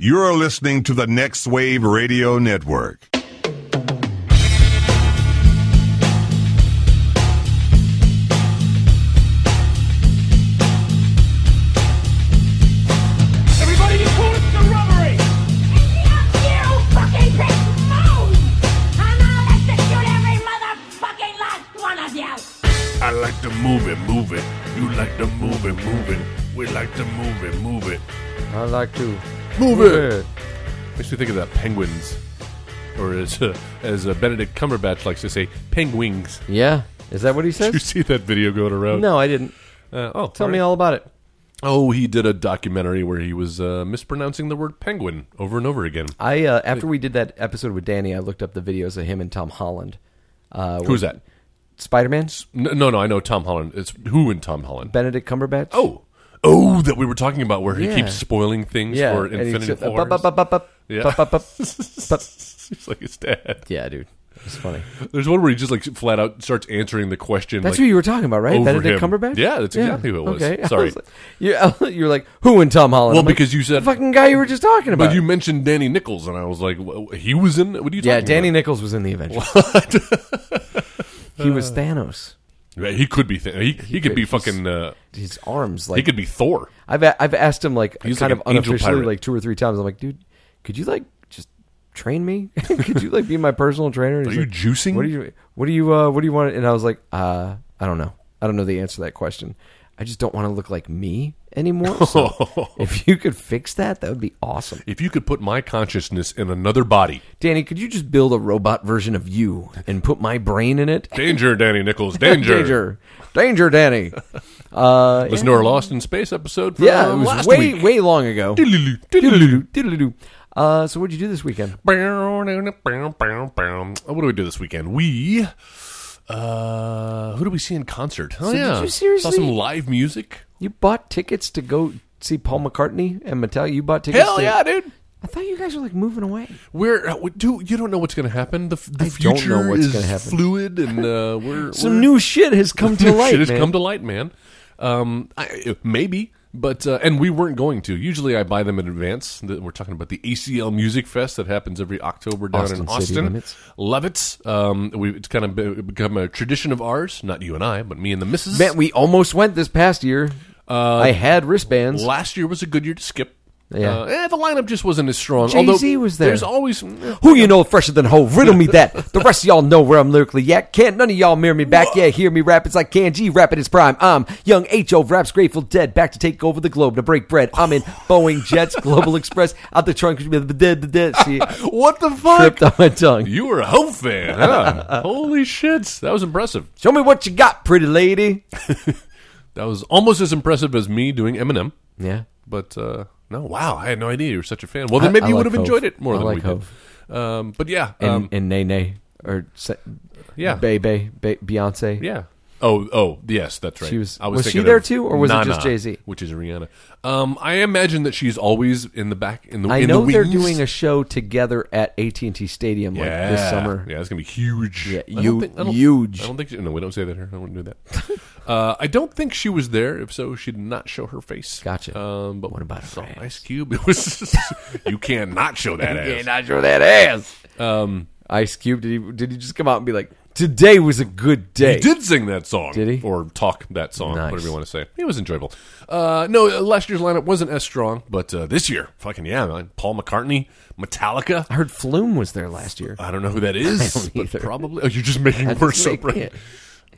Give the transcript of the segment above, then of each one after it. You're listening to the Next Wave Radio Network. Everybody, you call it the robbery! I like to move it, move it. You like to move it, move it. We like to move it, move it. I like to Move Makes me think of the penguins. Or as, uh, as uh, Benedict Cumberbatch likes to say, penguins. Yeah, is that what he Did you says? see that video going around? No, I didn't. Uh, oh, Tell me right. all about it. Oh, he did a documentary where he was uh, mispronouncing the word penguin over and over again. I uh, after we did that episode with Danny, I looked up the videos of him and Tom Holland. Uh, Who's that? Spider Man, N- No, no, I know Tom Holland. It's who in Tom Holland? Benedict Cumberbatch. oh, oh, that we were talking about where he Yeah. keeps spoiling things yeah, for and he's Infinity just, uh, Wars. bup, bup, bup, bup, Yeah. bup, bup, bup, bup. He's like his dad. Yeah, dude, it's funny. There's one where he just like flat out starts answering the question. That's like, who you were talking about, right? over Benedict him. Cumberbatch. Yeah, that's exactly who it was. Okay, I Sorry. was like- you you were like who and Tom Holland? Well, I'm like, because you the said- fucking guy you were just talking about. But you mentioned Danny Nichols, and I was like, "Wha- he was in. What are you talking yeah, Danny about? Nichols was in the Avengers. he was Thanos. Yeah, he could be. Th- he, he, could, could. be He's- fucking. Uh, His arms, like he could be Thor. I've a- I've asked him like He's kind like of an angel unofficially pirate. like two or three times. I'm like, dude, could you like just train me? could you like be my personal trainer? And Are he's you like, juicing? What do you What do you uh, What do you want? And I was like, uh, I don't know. I don't know the answer to that question. I just don't want to look like me anymore. So if you could fix that, that would be awesome. If you could put my consciousness in another body, Danny, could you just build a robot version of you and put my brain in it? danger, Danny Nichols, danger. danger, danger, Danny. Uh, Listen to our Lost in Space episode. From yeah, it was last way week. way long ago. Diddle-doo, diddle-doo. Diddle-doo. Uh, so what'd you do this weekend? What do we do this weekend? We. Uh, who do we see in concert? Oh So did yeah, you seriously- saw some live music. You bought tickets to go see Paul McCartney and Metallica. You bought tickets. Hell to- yeah, dude! I thought you guys were like moving away. We're uh, we do you don't know what's going to happen. The, f- the I don't know future what's is gonna happen. fluid, and uh, we're Some we're- new shit has come to New light. Shit has man. come to light, man. Um, I, maybe, but uh, and we weren't going to. Usually, I buy them in advance. The- We're talking about the ACL Music Fest that happens every October down Austin in City Austin. limits. Love it. Um, we, it's kind of be- become a tradition of ours. Not you and I, but me and the missus. Man, we almost went this past year. I had wristbands. Last year was a good year to skip. Yeah. uh, eh, the lineup just wasn't as strong. Jay-Z although was there. There's always eh, Who you know fresher than Ho? Riddle me that. The rest of y'all know where I'm lyrically at. Can't none of y'all mirror me back. Yeah, hear me rap. It's like Kanji rap at his prime. I'm young H.O. Raps Grateful Dead. Back to take over the globe to break bread. I'm in Boeing Jets Global Express. Out the trunk. See, what the fuck. tripped on my tongue. You were a Hope fan, huh? Holy shit, that was impressive. Show me what you got, pretty lady. That was almost as impressive as me doing Eminem. Yeah. But uh, no, wow, I had no idea you were such a fan. Well, then I- maybe I you like would have enjoyed Hove. it more I than like we did. Um, but yeah, and, um, and Nay Nay or se- yeah, Bay Bay, Bay Beyonce. yeah. Oh, oh, yes, that's right. She was- I was, was she thinking there of too, or was it Nana, just Jay-Z? Which is Rihanna. Um, I imagine that she's always in the back in the. I in know the they're wings. doing a show together at AT and T Stadium like yeah. this summer. Yeah, it's gonna be huge. Yeah, I don't hu- think- I don't- huge. I don't think. She, no, we don't say that here. I wouldn't do that. uh, I don't think she was there. If so, she did not show her face. Gotcha. Um, but What about I saw her ass? Ice Cube? It was you can't not show that ass. not sure that ass. Um, Ice Cube did he did he just come out and be like, "Today was a good day"? He did sing that song. Did he? Or talk that song, Nice. whatever you want to say. It was enjoyable. Uh, no, last year's lineup wasn't as strong, but uh, this year, fucking yeah, man. Paul McCartney, Metallica. I heard Flume was there last year. I don't know who that is, don't but either. probably. Oh, you're just making words up, making right? it.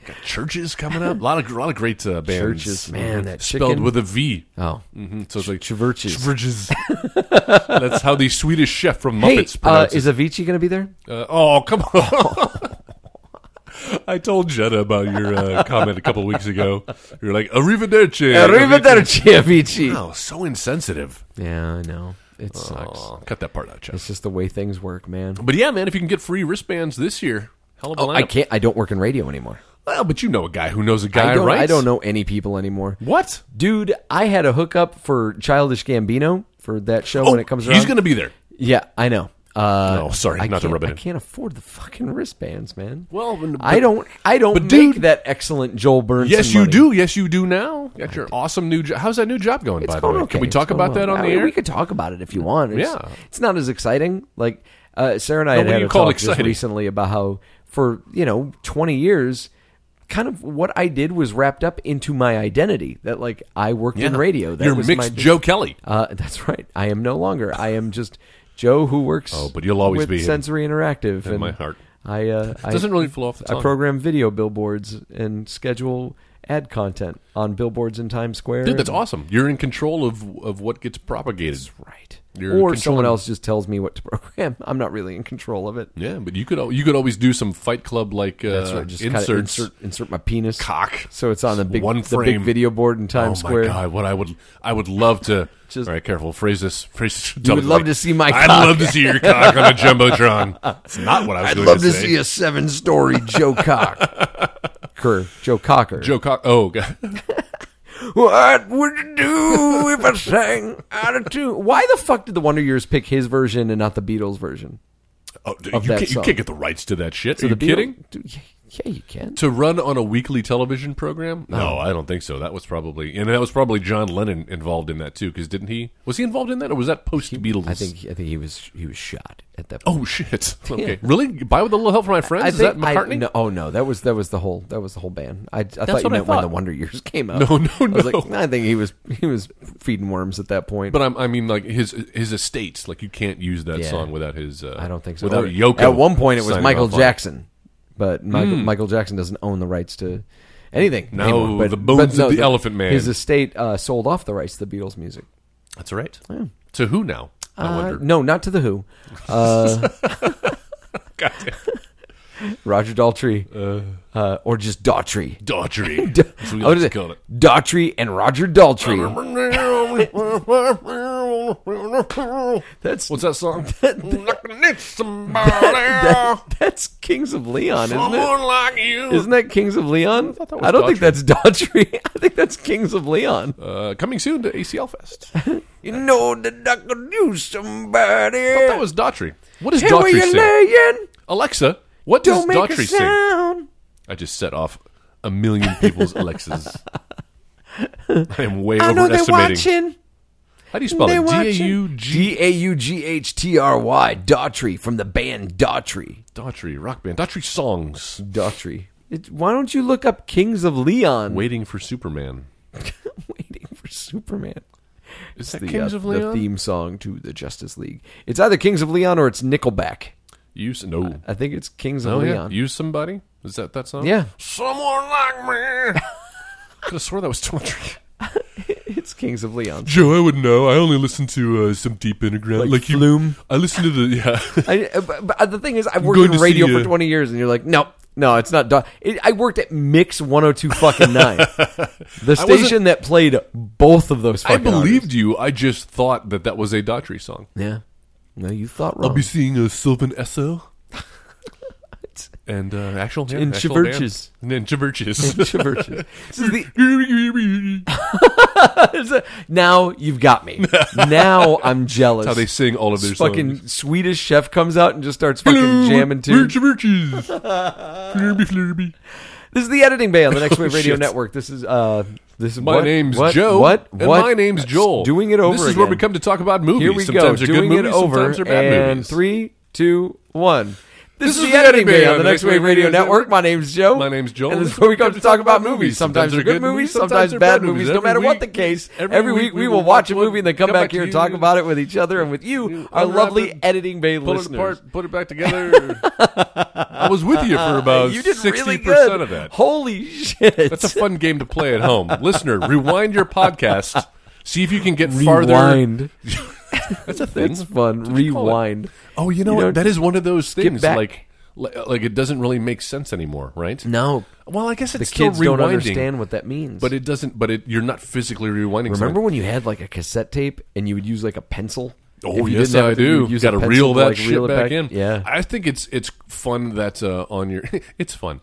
Got churches coming up. A lot of a lot of great uh, bands. Churches, man, that spelled chicken. with a V. Oh, hmm So it's like Churches. Churches. That's how the Swedish chef from hey, Muppets uh, pronounces. is Avicii going to be there? Uh, oh, come on. I told Jetta about your uh, comment a couple weeks ago. You're like, arrivederci. Avicii. Wow, so insensitive. Yeah, I know it sucks. Aw, cut that part out, Jetta. It's just the way things work, man. But yeah, man, if you can get free wristbands this year, hell of a Oh, I lineup. can't. I don't work in radio anymore. Well, but you know a guy who knows a guy, I don't, right? I don't know any people anymore. What? Dude, I had a hookup for Childish Gambino for that show Oh, when it comes around. he's going to be there. Yeah, I know. Uh, No, sorry, I not to can't- rub it I in. can't afford the fucking wristbands, man. Well, but- I don't. I don't but make dude- that excellent Joel Burns. Yes, you do. Yes, you do now. Got your awesome new job. How's that new job going, It's by the going way? okay. Can we It's talk going about well. that on I the mean, air? We could talk about it if you want. It's, Yeah. it's not as exciting. Like uh, Sarah and I No, had, what do had you a call talk just exciting? recently about how for you know twenty years. Kind of what I did was wrapped up into my identity that, like, I worked in Yeah. radio. That You're was mixed my, Joe Kelly. Uh, that's right. I am no longer. I am just Joe who works. Oh, but you'll always with be in- sensory interactive in and my heart. I uh, I- Doesn't really fall off the I tongue. program video billboards and schedule ad content on billboards in Times Square. Dude, that's and- awesome. You're in control of of what gets propagated. Right. You're or controlling- someone else just tells me what to program. I'm not really in control of it. Yeah, but you could al- you could always do some Fight Club like uh, That's right. Just kinda inserts. insert insert my penis Cock. So it's on the big One the big frame. video board in Oh Times my Square. god! What I would I would love to. Just- all right, careful. Phrase this. Phrase. this- You would love to see my I'd cock. love to see your cock on a jumbotron. It's not what I was I'd going love to to say. see a seven story Joe Cock. Kerr, Joe Cocker. Joe Cock. Oh, God. What would you do if I sang out of tune? Why the fuck did the Wonder Years pick his version and not the Beatles version? oh dude, Of you, that can't, you song. can't get the rights to that shit. Are the you Beatles- kidding? Dude, yeah, yeah, you can. To run on a weekly television program? No, I don't think so. That was probably and that was probably John Lennon involved in that too. Because didn't he? Was he involved in that, or was that post Beatles? I think I think he was he was shot at that. point. Oh shit! Okay, really? Buy with a little help from my friends? I Is that think I- McCartney? no, oh no, that was that was the whole that was the whole band. I, I thought you what I meant when thought. the Wonder Years came out. No, no, I was no. like, I think he was he was feeding worms at that point. But I'm, I mean, like his his estate. Like you can't use that Yeah. song without his. Uh, I don't think so. Without Or- Yoko. At one point, it was signing Michael off on it. Hmm. Jackson, but Michael, Michael Jackson doesn't own the rights to anything. No, anymore. But, the bones but no, of the Elephant Man. His estate uh, sold off the rights to the Beatles music. That's right. To who now? I Uh, wonder. no, not to the Who. God damn. Roger Daltrey, uh, or just Daughtry. Daughtry. D- That's what we I would like to say call it. Daughtry and Roger Daltrey. That's What's that song? that, that's Kings of Leon, isn't it? Someone like you. Isn't that Kings of Leon? I, that was don't think Daughtry. that's Daughtry. I think that's Kings of Leon. uh, coming soon to ACL Fest. you know that I could use somebody. That was Daughtry. What does Hey, where Daughtry you sing? laying? Alexa, what does Don't make a Daughtry sing? sound. I just set off a million people's Alexas. I am way I know they're overestimating. watching. How do you spell They're it? D A watching. U G D A U G H T R Y. Daughtry from the band Daughtry. Daughtry rock band. Daughtry songs. Daughtry. It, why don't you look up Kings of Leon? Waiting for Superman. waiting for Superman. Is It's that the, Kings uh, of the Leon? theme song to the Justice League. It's either Kings of Leon or it's Nickelback. Use no. I think it's Kings of Oh yeah. Uh, Leon. Use somebody. Is that that song? Yeah. Someone like me. Could have swore that was Daughtry. it's Kings of Leon. Joe, I would know. I only listen to uh, some deep underground, Like Flume? I listen to the yeah. I, uh, but, but the thing is, I've worked Going in to radio see, for uh, 20 years, and you're like, no, no, it's not. Da- it, I worked at Mix 102 fucking 9, the station that played both of those I fucking artists. believed you. I just thought that that was a Daughtry song. Yeah. No, you thought wrong. seeing a Sylvan Esso. and uh, actual yeah, And actual Chiverches. band. And Chiverches. Controversial. This is the- It's a- now you've got me. Now I'm jealous. How they sing all of their This fucking songs. Swedish chef comes out and just starts fucking jamming We're tunes. Chiverches. Flurby, flurby. This is the editing bay on the Next Oh, Wave Radio shit. Network. This is uh, this is My what, name's what, Joe. What? And what? my name's Joel. Doing it over. This is where again. we come to talk about movies. Here we sometimes go. they're Doing good movies, it over. sometimes they're bad and movies. three, two, one. This, is the editing bay on the Next Wave Radio Network. My name's Joe. My name's Joel. And this is where we come to talk about movies. Sometimes they're good movies, sometimes bad movies. No Every matter what week- the case, every week we will watch a movie and then come back here and you, talk about it with each other and with you, you, our unwrap lovely it, editing bay Pull it listeners. apart, put it back together. I was with you for about You did sixty really percent good. of that. Holy shit! That's a fun game to play at home. Listener, rewind your podcast. See if you can get farther. Rewind. That's a thing. That's fun. you call it. Rewind. Oh, you know You what? know, that is one of those things. back. Like, li- like it doesn't really make sense anymore, right? No, Well, I guess the it's still kids rewinding, don't understand what that means. but it doesn't. But it, you're not physically rewinding. Remember something. when you had like a cassette tape and you would use like a pencil? If Oh you yes, didn't have I it, you do. would You use got to a pencil reel that like, shit reel it back, in. Yeah, I think it's it's fun that uh, on your it's fun,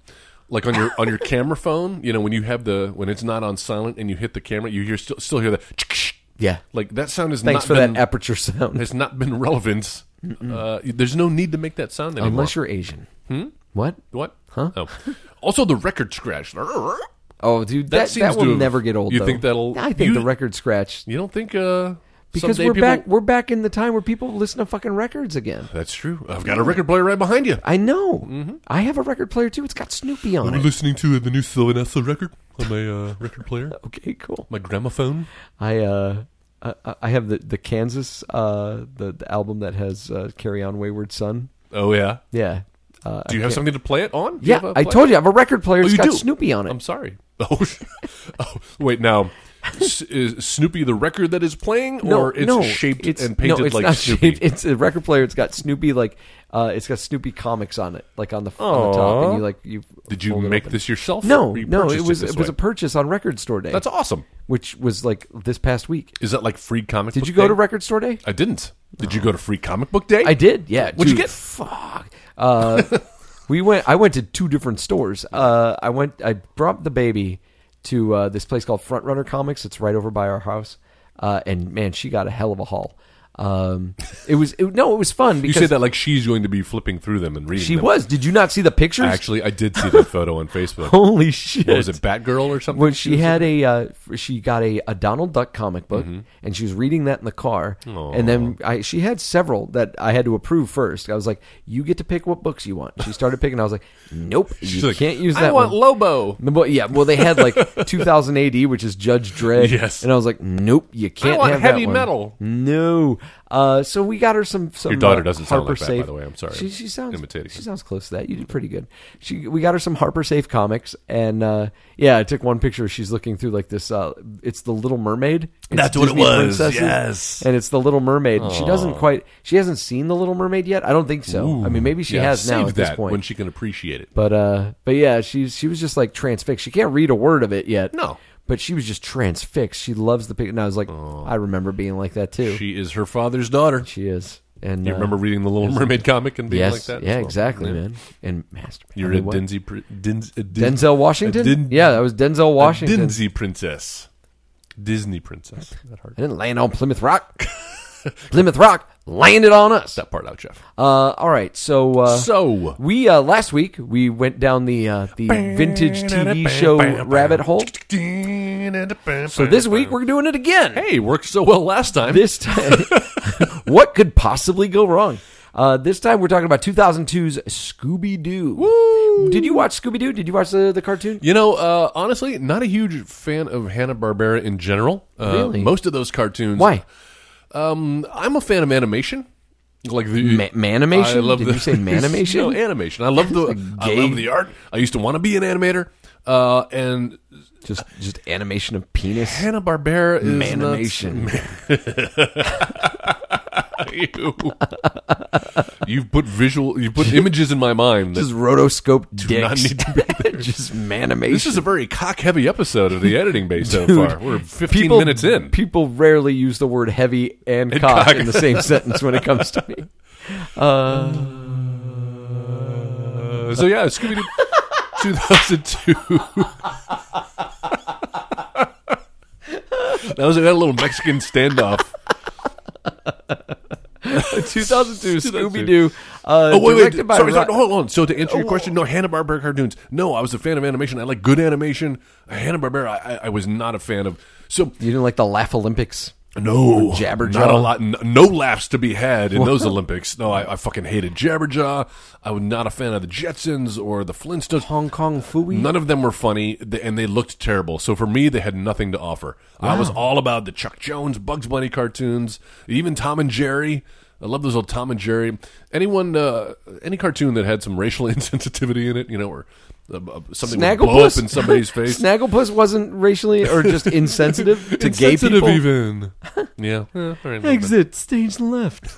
like on your on your camera phone. You know when you have the when it's not on silent and you hit the camera, you hear still still hear the Yeah. Like that sound is Thanks not for been, that aperture sound. has not been relevant. Uh, there's no need to make that sound anymore. Unless you're Asian. Hmm? What? what? Huh? Oh. Also, the record scratch. You Oh, dude, That that, that, seems to will have- never get old. you though. think that'll- I think you- the record scratch don't think uh, because someday we're people- back. We're back in the time where people listen to fucking records again. That's true. I've got a record player right behind you. I know. Mm-hmm. I have a record player too. It's got Snoopy on We're it. listening to the new Sylvanessa record on my uh, record player, Okay, cool. my gramophone. I uh, I, I have the the Kansas uh the, the album that has uh, Carry On Wayward Son. Oh yeah. Yeah. Uh, Do you have something to play it on? Do you yeah, have a I player? told you I have a record player. Oh, that's you got do? Snoopy on it. I'm sorry. Oh, sh- oh wait. Now, S- is Snoopy the record that is playing, or it's shaped it's- and painted no, it's like not Snoopy? shaped. It's a record player. It's got Snoopy like uh, it's got Snoopy comics on it, like on the, on the top, and Aw. you like you. Did you fold it make open. this yourself? No, or you no. purchased It was this it was way? a purchase on Record Store Day, That's awesome. which was like this past week. Is that like free comic? Did book you go day? to Record Store Day? I didn't. Did you go to free comic book day? I did. Yeah. What'd you dude, get? Fuck. Uh, we went. I went to two different stores. Uh, I went. I brought the baby to uh, this place called Front Runner Comics. It's right over by our house. Uh, and man, she got a hell of a haul. Um, it was it, no, it was fun You because say that like she's going to be flipping through them and reading. she them. was. Did you not see the pictures? actually. I did see that photo on Facebook. What Holy shit! was it Batgirl or something? when she was- Mm-hmm. had a uh, f- she got a, a Donald Duck comic book and she was reading that in the car and then I she had several that I had to approve first. I was like, "You get to pick what books you want." She started picking. I was like, "Nope, She's you like, can't use I that want one." Lobo. No, but yeah, well, they had like 2000 AD, which is Judge Dredd. Yes. and I was like, "Nope, you can't want have that heavy one." metal. No, uh, so we got her some. some Your daughter uh, doesn't sound like Harper that, by Safe- the way. I'm sorry. She, she I'm sounds imitating She her. sounds close to that. You did pretty good. She we got her some Harper Safe comics, and uh, yeah, I took one picture. She's looking through like this. Uh, it's the Little Mermaid. It's That's what it Disney was, princesses, yes. and it's the Little Mermaid. And She doesn't quite. She hasn't seen the Little Mermaid yet. I don't think so. I mean, maybe she Yeah, has now save at that this point. when she can appreciate it. But uh, but yeah, she's she was just like transfixed. She can't read a word of it yet. No. but she was just transfixed. She loves the picture, and I was like, I remember being like that too. She, Oh. She is her father's daughter. is, and You uh, remember reading the Little Mermaid comic and being yes, like that? as yeah, well? exactly, Yeah. man. And master, You're I a mean, what? Denzi, pr- Denz, a Denz- Denzel a Washington. Din- yeah, that was Denzel Washington. a Denzi princess, Disney princess. That hard. I didn't land on Plymouth Rock. Plymouth Rock landed on us. That part out, Jeff. Uh, all right, so uh, So- we uh, last week we went down the uh, the vintage TV show rabbit hole. So this week we're doing it again. hey worked so well last time. this time what could possibly go wrong uh, this time we're talking about 2002's scooby-doo did you watch scooby-doo did you watch the, the cartoon You know, uh, honestly, not a huge fan of Hanna Barbera in general. Uh, Really? Most of those cartoons. why I'm a fan of animation. Like the Ma- manimation? I love Did the, you say manimation? no, animation. I love the I Gay. love the art. I used to want to be an animator. Uh, and just just animation of penis Hanna Barbera is Manimation. nuts. you. have put visual, you put images in my mind. just That rotoscope not dicks need to be just manimation this is a very cock-heavy episode of the editing bay so Dude, far. We're 15 minutes in. people rarely use the word heavy and, cock, in the same sentence when it comes to me Uh, so yeah, Scooby Doo 2002. that was that little Mexican standoff. 2002 2002. scooby-doo uh, Oh wait, wait, directed by Oh. sorry, Ro- sorry, hold on. So to answer your question, no Hanna Barbera cartoons. No, I was a fan of animation. I like good animation. Hanna Barbera, I, I- I was not a fan of. So you didn't like the laugh olympics no, Jabberjaw. not a lot. n- No laughs to be had in those Olympics. No, I, I fucking hated Jabberjaw. I was not a fan of the Jetsons or the Flintstones. hong kong fooey None of them were funny, th- and they looked terrible. So for me, they had nothing to offer. I was all about the Chuck Jones, Bugs Bunny cartoons, even Tom and Jerry. I love those old Tom and Jerry. Anyone, uh, any cartoon that had some racial insensitivity in it, you know, or uh, uh, something would blow up Snagglepuss in somebody's face. Snagglepuss wasn't racially or just insensitive to gay Insensitive people. even. yeah. Yeah, all right, a little bit. Exit stage left.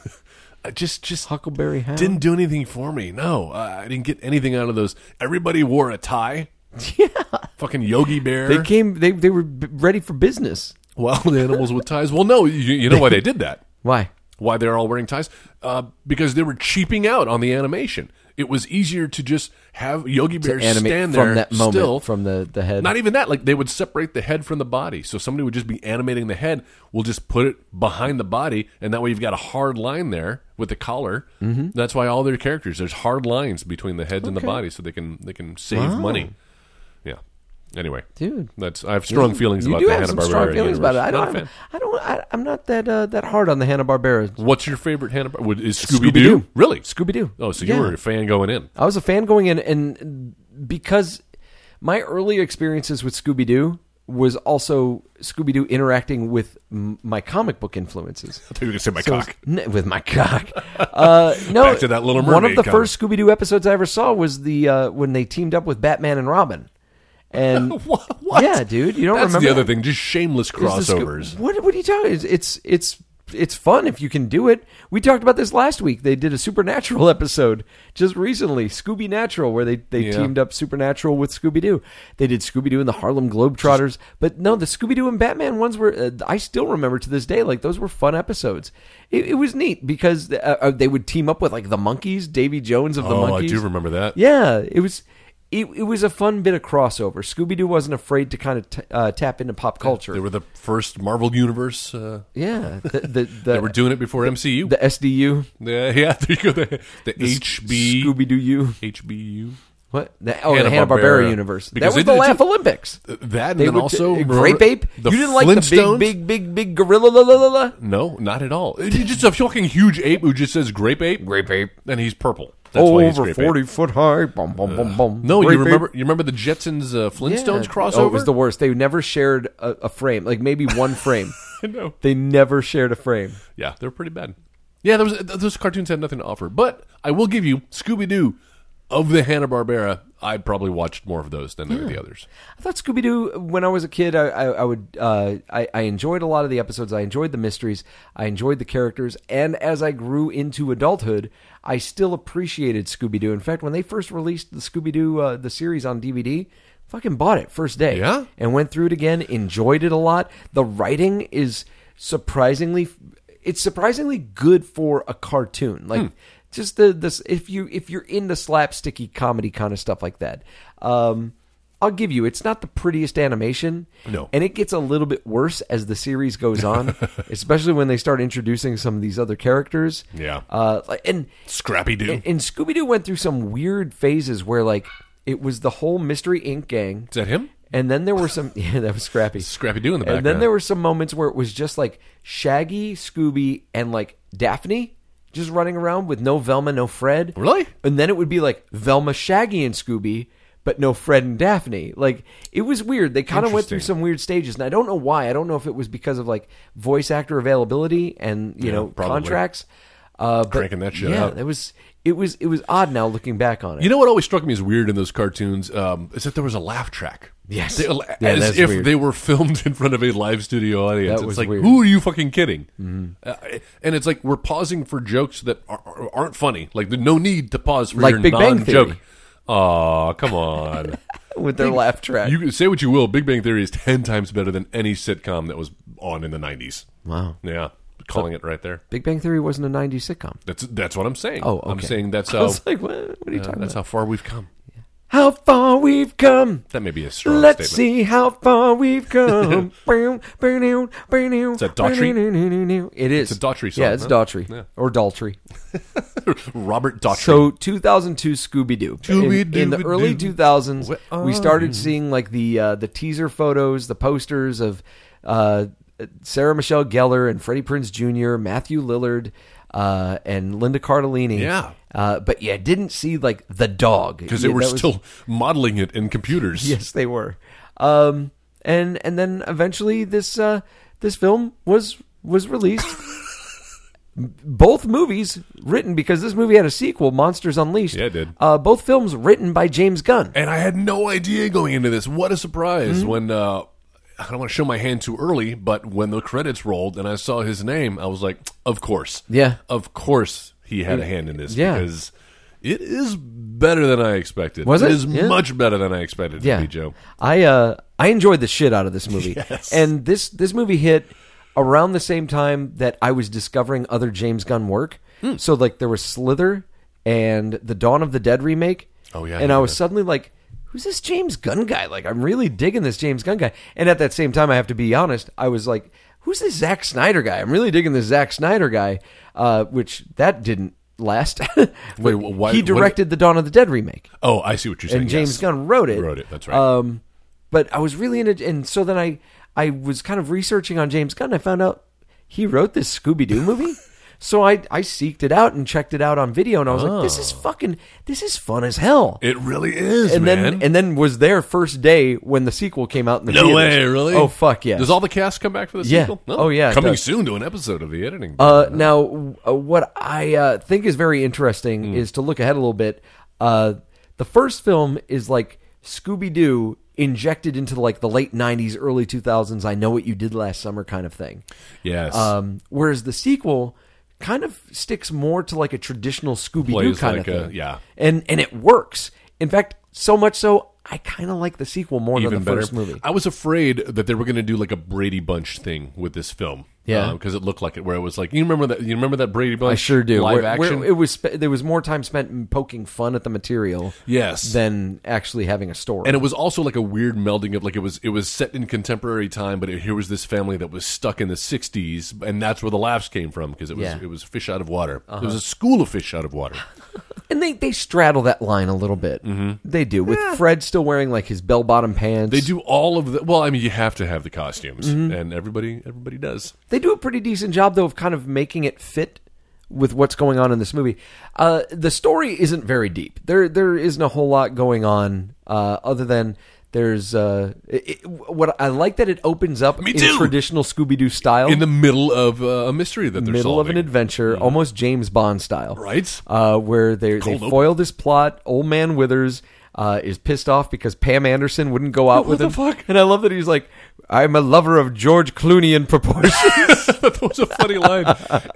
I just, just Huckleberry Hound. didn't do anything for me. No, uh, I didn't get anything out of those. Everybody wore a tie. Yeah. Fucking Yogi Bear. they came. They they were b- ready for business. wild animals with ties. Well, no, you, you know why they did that? Why? Why they're all wearing ties? Uh, because they were cheaping out on the animation. It was easier to just have Yogi Bear animate stand there from that moment, still from the- the head. Not even that. Like they would separate the head from the body, so somebody would just be animating the head. We'll just put it behind the body, and that way you've got a hard line there with the collar. Mm-hmm. That's why all their characters there's hard lines between the heads and the body, so they can they can save money. Yeah. Anyway, Dude. that's I have strong feelings you about do the have Hanna some strong Barbera feelings universe. about it. I Not a don't. fan. I'm, I don't. I, I'm not that uh, that hard on the Hanna Barbera. What's your favorite Hanna Barbera? Is Scooby Doo? Really? Scooby Doo. Oh, so you were a fan going in. I was a fan going in, and because my earlier experiences with Scooby Doo was also Scooby Doo interacting with m- my comic book influences. I thought you were going to say my So cock. it was- n- with my cock. Uh, no, Back to that Little One of Mermaid the comic. first Scooby Doo episodes I ever saw was the uh, when they teamed up with Batman and Robin. And What? What? yeah, dude, you don't That's remember the other that? thing. Just shameless There's the Scoo- crossovers. what What are you talking? It's, it's it's it's fun if you can do it. We talked about this last week. They did a supernatural episode just recently, Scooby Natural, where they they Yeah. teamed up supernatural with Scooby Doo. They did Scooby Doo and the Harlem Globetrotters, but no, the Scooby Doo and Batman ones were uh, I still remember to this day. Like those were fun episodes. It, it was neat because uh, uh, they would team up with like the monkeys, Davy Jones of the Oh, I monkeys. do remember that. Yeah, it was. It, it was a fun bit of crossover. Scooby Doo wasn't afraid to kind of t- uh, tap into pop culture. They were the first Marvel Universe. Uh, Yeah, the, the, the, they were doing it before MCU. the SDU, yeah, yeah, there you go. The, the, HB. Scooby Doo U. HBU. What? The, oh, the Hanna Hanna-Barbera. Barbera universe. Because that they was the did it Laugh too. Olympics. That and They then would- also uh, Grape Ape. The you didn't like the Flintstones? big, big, big, big gorilla. La, la, la, la? No, not at all. It's just a fucking huge ape who just says grape ape. Grape ape. And he's purple. That's why he's Oh, Over grape forty ape. foot high. Bum, bum, bum, bum. No, Grape you remember Ape. you remember the Jetsons uh, Yeah. Flintstones crossover? Oh, it was the worst. They never shared a, a frame, like maybe one frame. I know. They never shared a frame. Yeah, they're pretty bad. Yeah, there was, th- those cartoons had nothing to offer. But I will give you Scooby Doo of the Hanna Barbera. I probably watched more of those than any of Hmm. the others. I thought Scooby Doo. When I was a kid, I, I, I would uh, I, I enjoyed a lot of the episodes. I enjoyed the mysteries. I enjoyed the characters. And as I grew into adulthood, I still appreciated Scooby Doo. In fact, when they first released the Scooby Doo uh, the series on DVD, fucking bought it first day. Yeah? and went through it again. Enjoyed it a lot. The writing is surprisingly it's surprisingly good for a cartoon. Hmm. Like. Just the this if you if you're into slapsticky comedy kind of stuff like that, um, I'll give you, it's not the prettiest animation. No. And it gets a little bit worse as the series goes on, especially when they start introducing some of these other characters. Yeah. Uh, like- and Scrappy Doo. and, and Scooby Doo went through some weird phases where, like, it was the whole Mystery Inc. gang. Is that him? And then there were some. Yeah, that was Scrappy. Scrappy Doo in the And then background. there were some moments where it was just like Shaggy, Scooby, and like Daphne just running around with no Velma, no Fred. Really? And then it would be like Velma, Shaggy, and Scooby, but no Fred and Daphne. Like it was weird. They kind of went through Interesting. some weird stages, and I don't know why. I don't know if it was because of like voice actor availability and you know probably. contracts. Uh, but Cranking that shit yeah, out. it was it was it was odd now looking back on it. You know what always struck me as weird in those cartoons um, is that there was a laugh track. Yes. They- Yeah, as that's if weird. they were filmed in front of a live studio audience. That it's was like, weird. Mm-hmm. who are you fucking kidding? Uh, and it's like we're pausing for jokes that are, aren't funny. Like, there's no need to pause for Like your Big Bang non-joke. Theory. Aw, come on. with their laugh track. You can say what you will. Big Bang Theory is ten times better than any sitcom that was on in the nineties. Wow. Yeah, calling it right there. Big Bang Theory wasn't a '90s sitcom. That's that's what I'm saying. Oh, I'm okay. saying that's I how was like, what, what are you uh, talking that's about? how far we've come. How far we've come. That may be a strong Let's statement. see how far we've come. it's a Daughtry? It is. It's a Daughtry song, Yeah, it's huh? Daughtry. Yeah. Or Daltry. Robert Daughtry. So 2002 Scooby Doo. In, in the Scooby-Doo. early 2000s, Where are we started seeing like the uh, the teaser photos, the posters of uh, Sarah Michelle Gellar and Freddie Prinze Jr., Matthew Lillard, uh, and Linda Cardellini. Yeah. Uh, but yeah, didn't see like the dog because they Yeah, were that was- still modeling it in computers. Yes, they were. Um, and and then eventually this uh, this film was was released. both movies written because this movie had a sequel, Monsters Unleashed. Yeah, it did. Uh, both films written by James Gunn. And I had no idea going into this. What a surprise Mm-hmm. when uh, I don't want to show my hand too early, but when the credits rolled and I saw his name, I was like, of course. Yeah. Of course he had a hand in this Yeah. because it is better than I expected. Was it? It is Yeah. much better than I expected it to be, Joe. I uh I enjoyed the shit out of this movie. And this this movie hit around Hmm. the same time that I was discovering other James Gunn work. So like there was Slither and the Dawn of the Dead remake. Oh, yeah, and yeah, I was yeah. suddenly like, "Who's this James Gunn guy?" Like, I'm really digging this James Gunn guy. And at that same time, I have to be honest, I was like, "Who's this Zack Snyder guy?" I'm really digging this Zack Snyder guy, uh, which that didn't last. But Wait, wh- why- he what- directed the Dawn of the Dead remake Oh, I see what you're saying. and James yes. Gunn wrote it. Wrote it, that's right. Um, but I was really into, and so then I I was kind of researching on James Gunn. I found out he wrote this Scooby Doo movie. So I I seeked it out and checked it out on video, and I was like, this is fucking this is fun as hell. Oh. It really is, and man. then and then was their first day when the sequel came out in the no theaters. way, really? Oh fuck yeah! Does all the cast come back for the Yeah. sequel? No. Oh, yeah, it Coming does. soon to an episode of the editing. Uh, now, w- uh, what I uh, think is very interesting Hmm. is to look ahead a little bit. Uh, the first film is like Scooby Doo injected into like the late '90s, early 2000s. I know what you did last summer, kind of thing. yes. Um, whereas the sequel kind of sticks more to like a traditional Scooby Doo Plays kind like of a- thing. yeah. and and it works. In fact, so much so I kind of like the sequel more even than the better first movie. I was afraid that they were going to do like a Brady Bunch thing with this film. Yeah. because it looked like it. Where it was like, you remember that? You remember that Brady Bunch? I sure do. Live Where- where action. it was spe- there was more time spent in poking fun at the material, Yes. than actually having a story. and it was also like a weird melding of like it was it was set in contemporary time, but it, here was this family that was stuck in the '60s, and that's where the laughs came from because it was Yeah. Uh-huh. it was fish out of water. It was a school of fish out of water. and they they straddle that line a little bit. Mm-hmm. They do with Fred still wearing like his bell bottom pants. They do all of the well. I mean, you have to have the costumes, Mm-hmm. and everybody everybody does. They do a pretty decent job though of kind of making it fit with what's going on in this movie. Uh, the story isn't very deep. There there isn't a whole lot going on uh, other than. There's uh, it, it- what I like that it opens up Me in too. traditional Scooby Doo style, In the middle of uh, a mystery that they're middle of solving. Mm-hmm. an adventure, almost James Bond style, Right. Uh, where they, they Cold open. foil this plot. Old Man Withers uh, is pissed off because Pam Anderson wouldn't go out with the him. fuck? And I love that he's like, "I'm a lover of George Clooney in proportion." that was a funny line.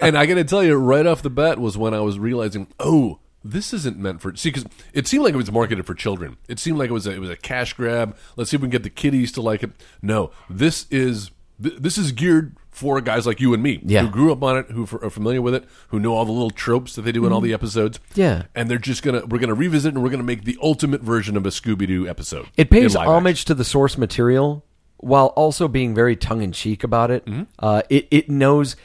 And I got to tell you, right off the bat was when I was realizing, oh, this isn't meant for see because it seemed like it was marketed for children. It seemed like it was a, it was a cash grab. Let's see if we can get the kiddies to like it. No, this is th- this is geared for guys like you and me Yeah. who grew up on it, who f- are familiar with it, who know all the little tropes that they do in all the episodes. Mm-hmm. Yeah. and they're just gonna we're gonna revisit and we're gonna make the ultimate version of a Scooby Doo episode. it pays in live homage to the source material while also being very tongue in cheek about it. Mm-hmm. Uh, it it knows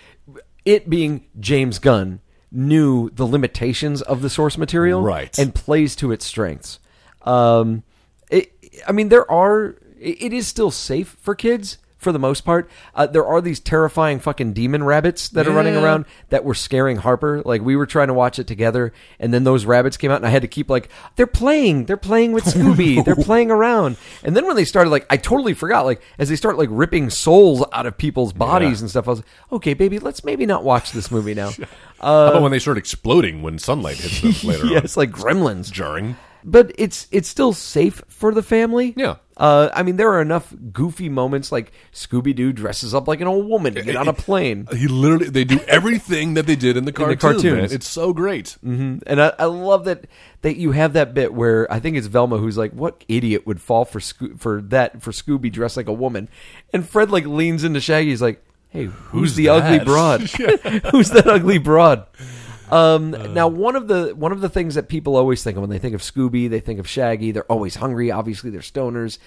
it being James Gunn knew the limitations of the source material, Right. and plays to its strengths. Um, it, I mean, there are. It it is still safe for kids for the most part. Uh, there are these terrifying fucking demon rabbits that are running Yeah. around that were scaring Harper. Like we were trying to watch it together, and then those rabbits came out, and I had to keep like they're playing, they're playing with Scooby, they're playing around. And then when they started, like I totally forgot. Like as they start like ripping souls out of people's bodies and stuff, I was like, okay, baby, let's maybe not watch this movie now. How about when they start exploding when sunlight hits them later on? yes, like Gremlins. Jarring. but it's it's still safe for the family. Yeah. Uh, I mean, there are enough goofy moments like Scooby Doo dresses up like an old woman to get on a plane, He literally, they do everything that they did in the cartoon. the Mm-hmm. man. cartoons. It's so great. and I, I love that that you have that bit where I think it's Velma who's like, "What idiot would fall for Sco- for that for Scooby dressed like a woman?" And Fred like leans into Shaggy, he's like, "Hey, who's, the that?" ugly broad? who's that ugly broad?" Um, Uh. now, one of the one of the things that people always think of when they think of Scooby, they think of Shaggy. They're always hungry. Obviously, they're stoners,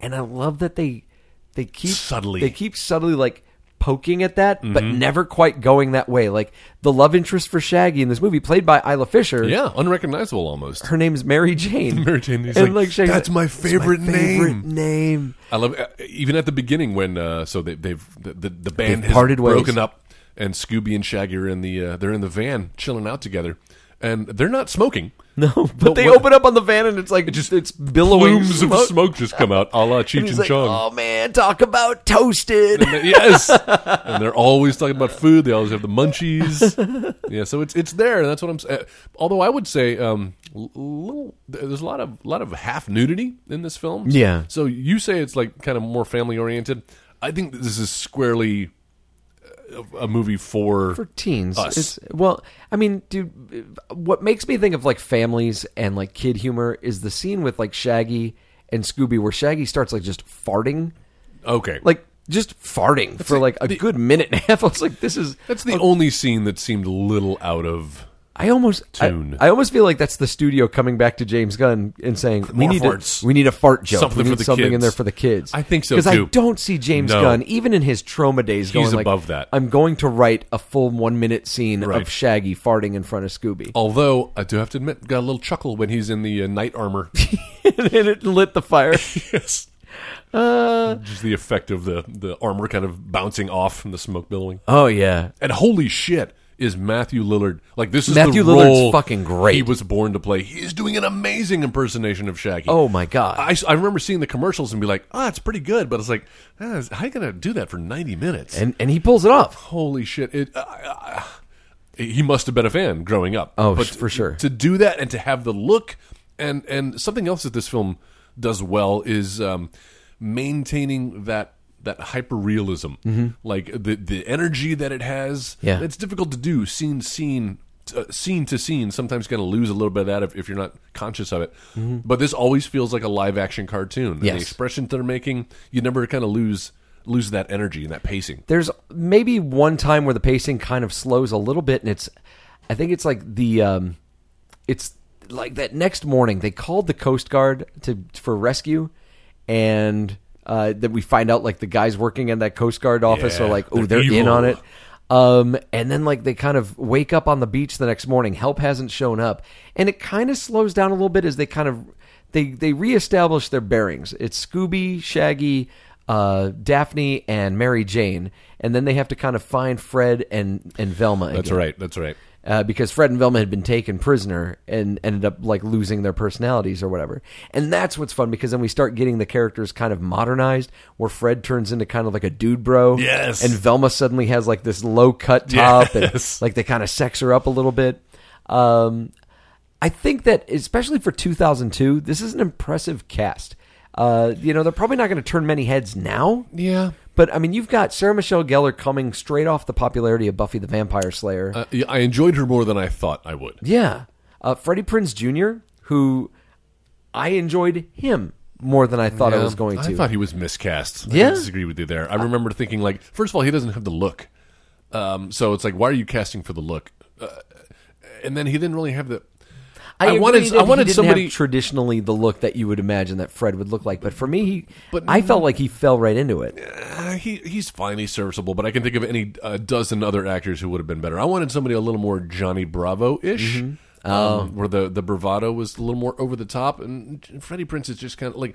and I love that they they keep Subtly. they keep subtly like poking at that, but Mm-hmm. never quite going that way. Like the love interest for Shaggy in this movie, played by Isla Fisher. Yeah, unrecognizable almost. her name's Mary Jane. Mary Jane, he's like, Shaggy's "That's my "It's favorite favorite name." name. I love uh, even at the beginning when uh, so they, they've the, the, the band They've has parted ways. broken up and Scooby and Shaggy are in the uh, they're in the van chilling out together and they're not smoking. No, but, But they what- open up on the van and it's like just it's billowing Plumes smoke. of smoke just come out, a la Cheech And and, he's like, Chong. oh man, talk about toasted. yes, and they're always talking about food. They always have the munchies. yeah, so it's it's there. That's what I'm. s- Uh, although I would say, um, l- little, there's a lot of lot of half nudity in this film. Yeah. So you say it's like kind of more family oriented. I think that this is squarely uh, a, a movie for, for teens. Us. It's, well, I mean, dude, what makes me think of like families and like kid humor is the scene with like Shaggy and Scooby where Shaggy starts like just farting, okay. like just farting for like a good minute and a half. I was like, this is that's the only scene that seemed a little out of. I almost I- Tune. I, almost feel like that's the studio coming back to James Gunn and saying we More need farts. a we need a fart joke. Something we for need the something in kids. there for the kids. I think so, because I too. don't see James No. Gunn even in his trauma days going like, above that. I'm going to write a full one minute scene Right. Oh. of Shaggy farting in front of Scooby, Although I do have to admit, got a little chuckle when he's in the uh, knight armor. and then it lit the fire. yes. Just the effect of the the armor kind of bouncing off from the smoke billowing. oh yeah, And holy shit, is Matthew Lillard like this is Matthew the Lillard's role fucking great. He was born to play. He is doing an amazing impersonation of Shaggy. Oh, my God. I, I remember seeing the commercials and be like, oh, it's pretty good, but it's like, ah, is- how you gonna do that for ninety minutes? and and he pulls it off. holy shit, it. I I- he must have been a fan growing up. Oh, sh- for sure. To do that and to have the look and and something else that this film does well is um, maintaining that that hyper realism, like the the energy that it has. Mm-hmm. Yeah. it's difficult to do scene scene. Uh, scene to scene, sometimes going to lose a little bit of that if, if you're not conscious of it. But this always feels like a live action cartoon. And Mm-hmm. Yes. the expressions they're making, you never kind of lose lose that energy and that pacing. There's maybe one time where the pacing kind of slows a little bit, and it's I think it's like the um, it's like that next morning they called the Coast Guard to for rescue, and uh, that we find out like the guys working in that Coast Guard office are Yeah, like, oh, they're they're, in evil. on it. Um, and then like they kind of wake up on the beach the next morning. Help hasn't shown up, and it kind of slows down a little bit as they kind of they they reestablish their bearings. It's Scooby, Shaggy, uh, Daphne, and Mary Jane, and then they have to kind of find Fred and and Velma. Again That's right. That's right. uh, because Fred and Velma had been taken prisoner and ended up like losing their personalities or whatever. And that's what's fun because then we start getting the characters kind of modernized, where Fred turns into kind of like a dude bro, Yes. and Velma suddenly has like this low cut top, and like they kind of sex her up a little bit. Um, I think that especially for 2002, this is an impressive cast. Uh, you know, they're probably not going to turn many heads now. Yeah. But I mean, you've got Sarah Michelle Gellar coming straight off the popularity of Buffy the Vampire Slayer. Uh, yeah, I enjoyed her more than I thought I would. Yeah. Uh, Freddie Prinz Jr., who I enjoyed him more than I thought I was going to. I thought he was miscast. I Yeah. disagree with you there. I remember thinking like, first of all, he doesn't have the look. Um, so it's like, why are you casting for the look? Uh, and then he didn't really have the. I agree wanted- that I he wanted didn't somebody- have traditionally the look that you would imagine that Fred would look like, but for me, he, I felt like he fell right into it. Uh, he he's finally serviceable, but I can think of any uh, dozen other actors who would have been better. I wanted somebody a little more Johnny Bravo ish. Mm-hmm. Oh. Um, where the, the bravado was a little more over the top, and Freddie Prince is just kind of like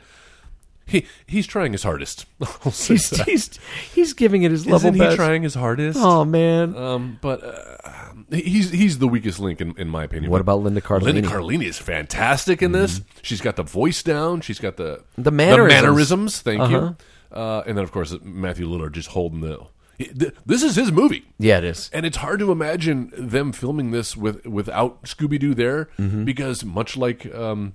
he he's trying his hardest. I'll say He's, that. he's, he's giving it his level Isn't he best. trying his hardest? Oh man, Um, but uh, he's he's the weakest link in, in my opinion. What But about Linda Cardellini? Mm-hmm. Linda Cardellini is fantastic in this. She's got the voice down. She's got the The mannerisms. Uh-huh. mannerisms, Thank you. Uh, and then of course Matthew Lillard just holding the. he- th- This is his movie. yeah, it is. And it's hard to imagine them filming this with without Scooby Doo there, Mm-hmm. because much like um,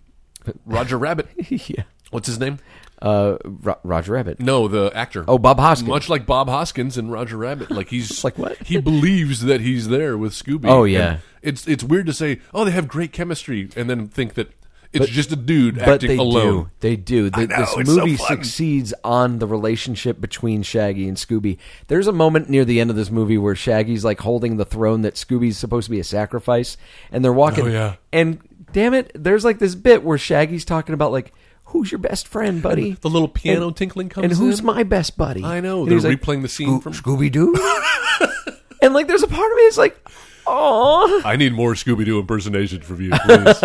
Roger Rabbit, yeah, what's his name? uh, Ro- Roger Rabbit. No, the actor. Oh, Bob Hoskins. Much like Bob Hoskins and Roger Rabbit, like he's like, what? he believes that he's there with Scooby. Oh, yeah. And it's it's weird to say, oh, they have great chemistry, and then think that it's just a dude but acting they do. alone. They do. The- know, this it's so movie fun. succeeds on the relationship between Shaggy and Scooby. There's a moment near the end of this movie where Shaggy's like holding the throne that Scooby's supposed to be a sacrifice, and they're walking. Oh, yeah. And damn it, there's like this bit where Shaggy's talking about like. Who's your best friend, buddy? the little piano tinkling comes And who's in. my best buddy? I know. And They're he's like, replaying the scene from. Scooby Doo. and like, there's a part of me that's like, oh, I need more Scooby Doo impersonations from you, please.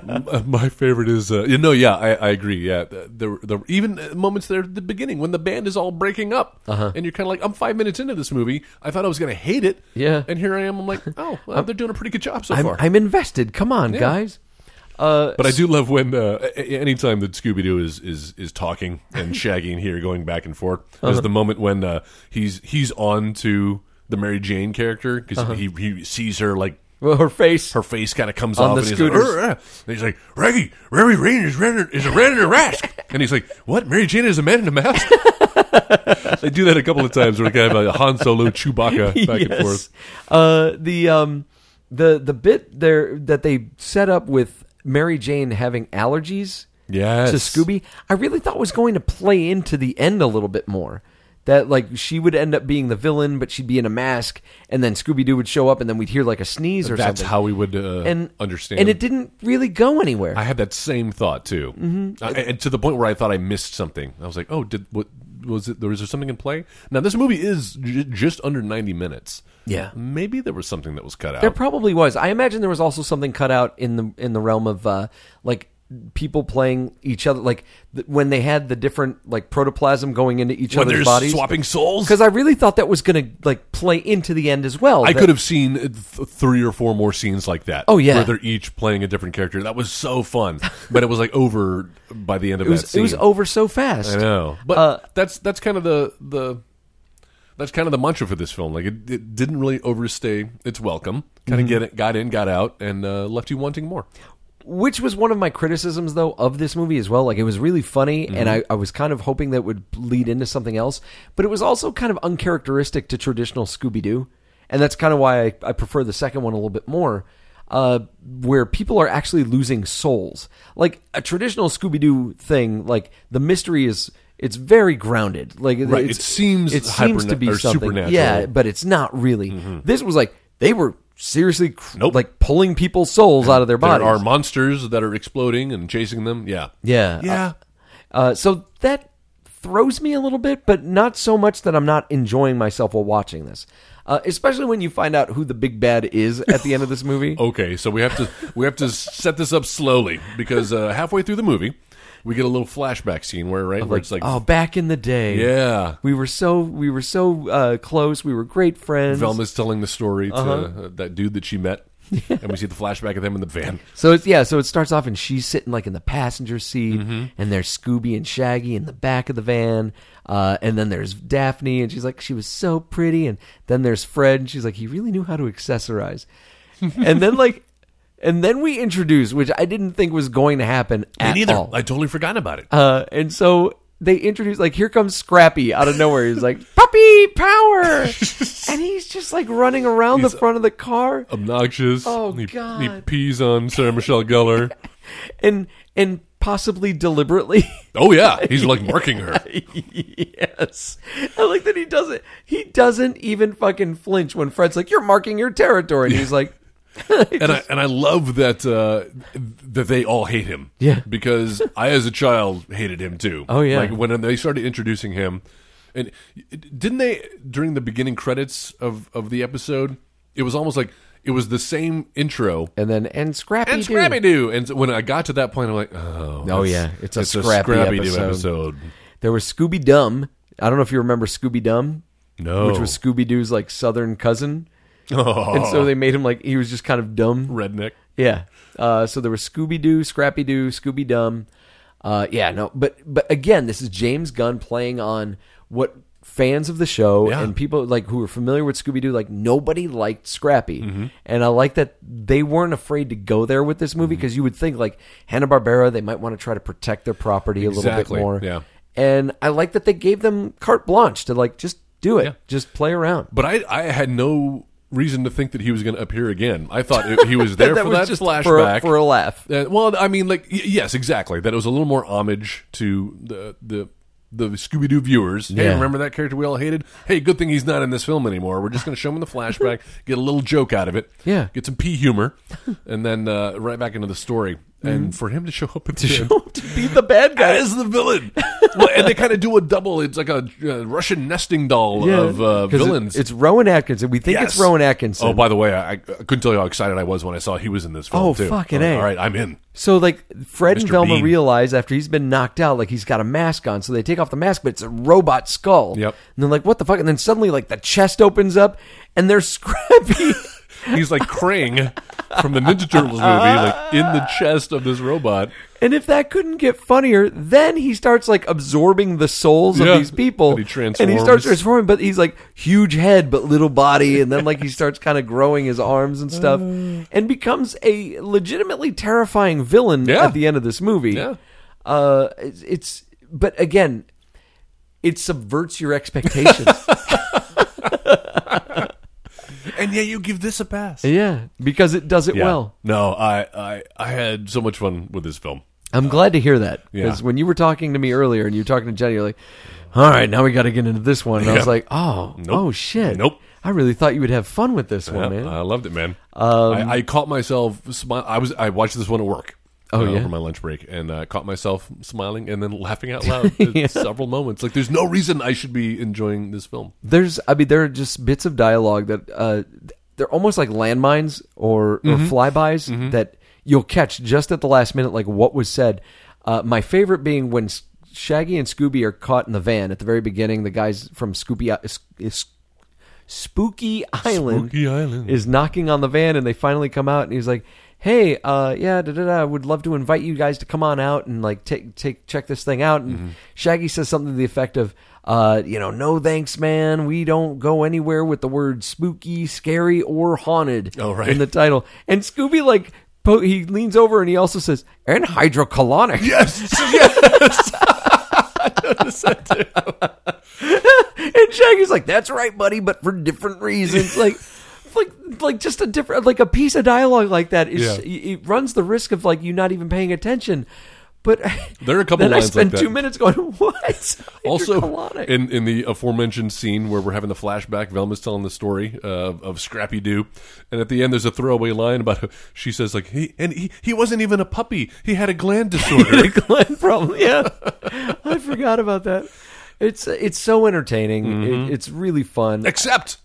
M- my favorite is, uh, you know, yeah, I, I agree. Yeah, the, the, the even uh, moments there at the beginning when the band is all breaking up, Uh-huh. and you're kind of like, I'm five minutes into this movie. I thought I was going to hate it, Yeah. and here I am. I'm like, oh, well, they're doing a pretty good job so I'm, far. I'm invested. Come on, guys. but I do love when uh, a- a- anytime that Scooby Doo is, is is talking and Shaggy and here going back and forth. Uh-huh. There's the moment when uh, he's he's on to the Mary Jane character because Uh-huh. he he sees her like Well, her face. her face kind of comes On off. the and he's scooters. Like, "Rrr, rrr." and he's like, Reggie, Reggie Rain is rendered is a rendered a rask. and he's like, What? Mary Jane is a man in a mask? they do that a couple of times where they kind of have a Han Solo Chewbacca back and forth. Uh, the um, the the bit there that they set up with Mary Jane having allergies Yes. to Scooby, I really thought was going to play into the end a little bit more. that like she would end up being the villain, but she'd be in a mask, and then Scooby Doo would show up, and then we'd hear like a sneeze or That's something. how we would uh, and understand. And it didn't really go anywhere. I had that same thought too, mm-hmm. and to the point where I thought I missed something. I was like, "Oh, did what was it? There was there something in play?" Now this movie is j- just under ninety minutes. Yeah. maybe there was something that was cut out. There probably was. I imagine there was also something cut out in the in the realm of uh, like people playing each other, like th- when they had the different like protoplasm going into each when other's they're bodies. swapping souls, Because I really thought that was going to like play into the end as well. I that- could have seen th- three or four more scenes like that. Oh, yeah. where they're each playing a different character. That was so fun, but it was like over by the end of It that was, scene. it was over so fast. I know, but Uh, that's that's kind of the the that's kind of the mantra for this film. Like it, it didn't really overstay its welcome. Kind Mm-hmm. of get it, got in, got out, and uh, left you wanting more. Which was one of my criticisms, though, of this movie as well. Like, it was really funny, and Mm-hmm. I, I was kind of hoping that would lead into something else. But it was also kind of uncharacteristic to traditional Scooby Doo. And that's kind of why I, I prefer the second one a little bit more, uh, where people are actually losing souls. Like, a traditional Scooby Doo thing, like, the mystery is. It's very grounded. Like Right, it's- it seems it seems hyperna- to be or something. supernatural. Mm-hmm. Yeah, but it's not really. This was like they were seriously cr- Nope. like pulling people's souls out of their bodies. There are monsters that are exploding and chasing them. Yeah, Yeah. yeah. Uh, so that throws me a little bit, but not so much that I'm not enjoying myself while watching this. Uh, especially when you find out who the big bad is at the end of this movie. okay, so we have to we have to set this up slowly because uh, halfway through the movie, we get a little flashback scene where right where it's like oh, back in the day, yeah, we were so we were so uh, close. We were great friends. Velma's telling the story to Uh-huh. uh, that dude that she met, and we see the flashback of them in the van. So it's yeah. So it starts off and she's sitting like in the passenger seat, Mm-hmm. and there's Scooby and Shaggy in the back of the van, uh, and then there's Daphne, and she's like she was so pretty, and then there's Fred, and she's like he really knew how to accessorize, and then like, and then we introduce, which I didn't think was going to happen at Me neither. all. I totally forgot about it. Uh, and so they introduce like here comes Scrappy out of nowhere. He's like puppy power, and he's just like running around the front of the car. obnoxious. Oh, he, He God. pees on Sarah Michelle Gellar. and and possibly deliberately. Oh yeah, he's like marking her. yes, I like that he doesn't. He doesn't even fucking flinch when Fred's like, "You're marking your territory," and he's like, And I and I love that uh, that they all hate him. Yeah. because I as a child hated him too. Oh, yeah. like when they started introducing him, and didn't they during the beginning credits of of the episode? It was almost like it was the same intro. and then and Scrappy And Doo." Scrappy Doo, and so when I got to that point, I'm like, oh, Oh, it's- yeah, it's a Scrappy Scrappy-Doo episode. There was Scooby Dum. I don't know if you remember Scooby Dum, No, which was Scooby Doo's like southern cousin, and Oh. so they made him like he was just kind of dumb. redneck. Yeah. Uh, so there was Scooby Doo, Scrappy Doo, Scooby Dum. Uh, yeah, no, but but again, this is James Gunn playing on what fans of the show Yeah. and people like who are familiar with Scooby Doo, like nobody liked Scrappy, Mm-hmm. and I like that they weren't afraid to go there with this Mm-hmm. movie because you would think like Hanna Barbera, they might want to try to protect their property a little Exactly, bit more. yeah. and I like that they gave them carte blanche to like just do it, Yeah. just play around. But I, I had no reason to think that he was going to appear again. I thought it, he was there That for was that just flashback for a- for a laugh. Uh, well, I mean, like y- yes, exactly. That it was a little more homage to the the. The Scooby Doo viewers. Hey, Yeah. remember that character we all hated? Hey, good thing he's not in this film anymore. We're just going to show him in the flashback, get a little joke out of it, Yeah. get some pee humor, and then uh, right back into the story. And for him to show up at the end Mm-hmm. to be the bad guy. as the villain, well, and they kind of do a double. It's like a uh, Russian nesting doll of uh, 'Cause it- villains. it's Rowan Atkinson. We think it's Yes. Rowan Atkinson. Oh, by the way, I, I couldn't tell you how excited I was when I saw he was in this film. Oh, too. fucking All right, A. All right, I'm in. So like Fred and Mr. Velma Bean. realize after he's been knocked out, like he's got a mask on, so they take off the mask, but it's a robot skull. Yep. And they're like, "What the fuck?" And then suddenly, like the chest opens up, and they're Scrappy. He's like Krang from the Ninja Turtles movie, like in the chest of this robot. and if that couldn't get funnier, then he starts like absorbing the souls Yeah. of these people, And he and he transforms. starts transforming. But he's like huge head, but little body, and then like he starts kind of growing his arms and stuff, Uh. and becomes a legitimately terrifying villain Yeah. at the end of this movie. Yeah. Uh, it's, it's but again, it subverts your expectations. And yeah, you give this a pass. yeah, because it does it well. No, I, I I had so much fun with this film. I'm glad to hear that Uh, Yeah. because when you were talking to me earlier and you were talking to Jenny, you're like, "All right, now we got to get into this one." And I Yep. was like, "Oh, Nope. oh shit, Nope. I really thought you would have fun with this one, Yeah, Oh, uh, man. Um, I loved it, man. I, I caught myself. Smi- I was. I watched this one at work. Oh, uh, yeah? over my lunch break, and uh, caught myself smiling and then laughing out loud at several moments. Like, there's no reason I should be enjoying this film. There's, I mean, there are just bits of dialogue that uh, they're almost like landmines or, Mm-hmm. or flybys that you'll catch just at the last minute, like what was said. Uh, my favorite being when S- Shaggy and Scooby are caught in the van at the very beginning. The guys from Scooby, I- S- S- Spooky Island, Spooky Island. is knocking on the van, and they finally come out, and he's like. Hey, uh, yeah, da da da. Would love to invite you guys to come on out and like take take check this thing out. And Mm-hmm. Shaggy says something to the effect of, uh, you know, no thanks, man. We don't go anywhere with the word spooky, scary, or haunted Oh, right. in the title. And Scooby like po- he leans over and he also says, and hydrocolonic. Yes, And Shaggy's like, "That's right, buddy, but for different reasons." like, like, like just a different, like a piece of dialogue like that is Yeah. it it runs the risk of like you not even paying attention. But There are a couple Then lines I like spent that. two minutes going, "What?" also Hydrocolonic. in, in the aforementioned scene where we're having the flashback velma's telling the story uh, of scrappy doo and at the end there's a throwaway line about she says like he and he, he wasn't even a puppy he had a gland disorder the Glenn problem. Yeah, I forgot about that. It's it's so entertaining. Mm-hmm. It, it's really fun. except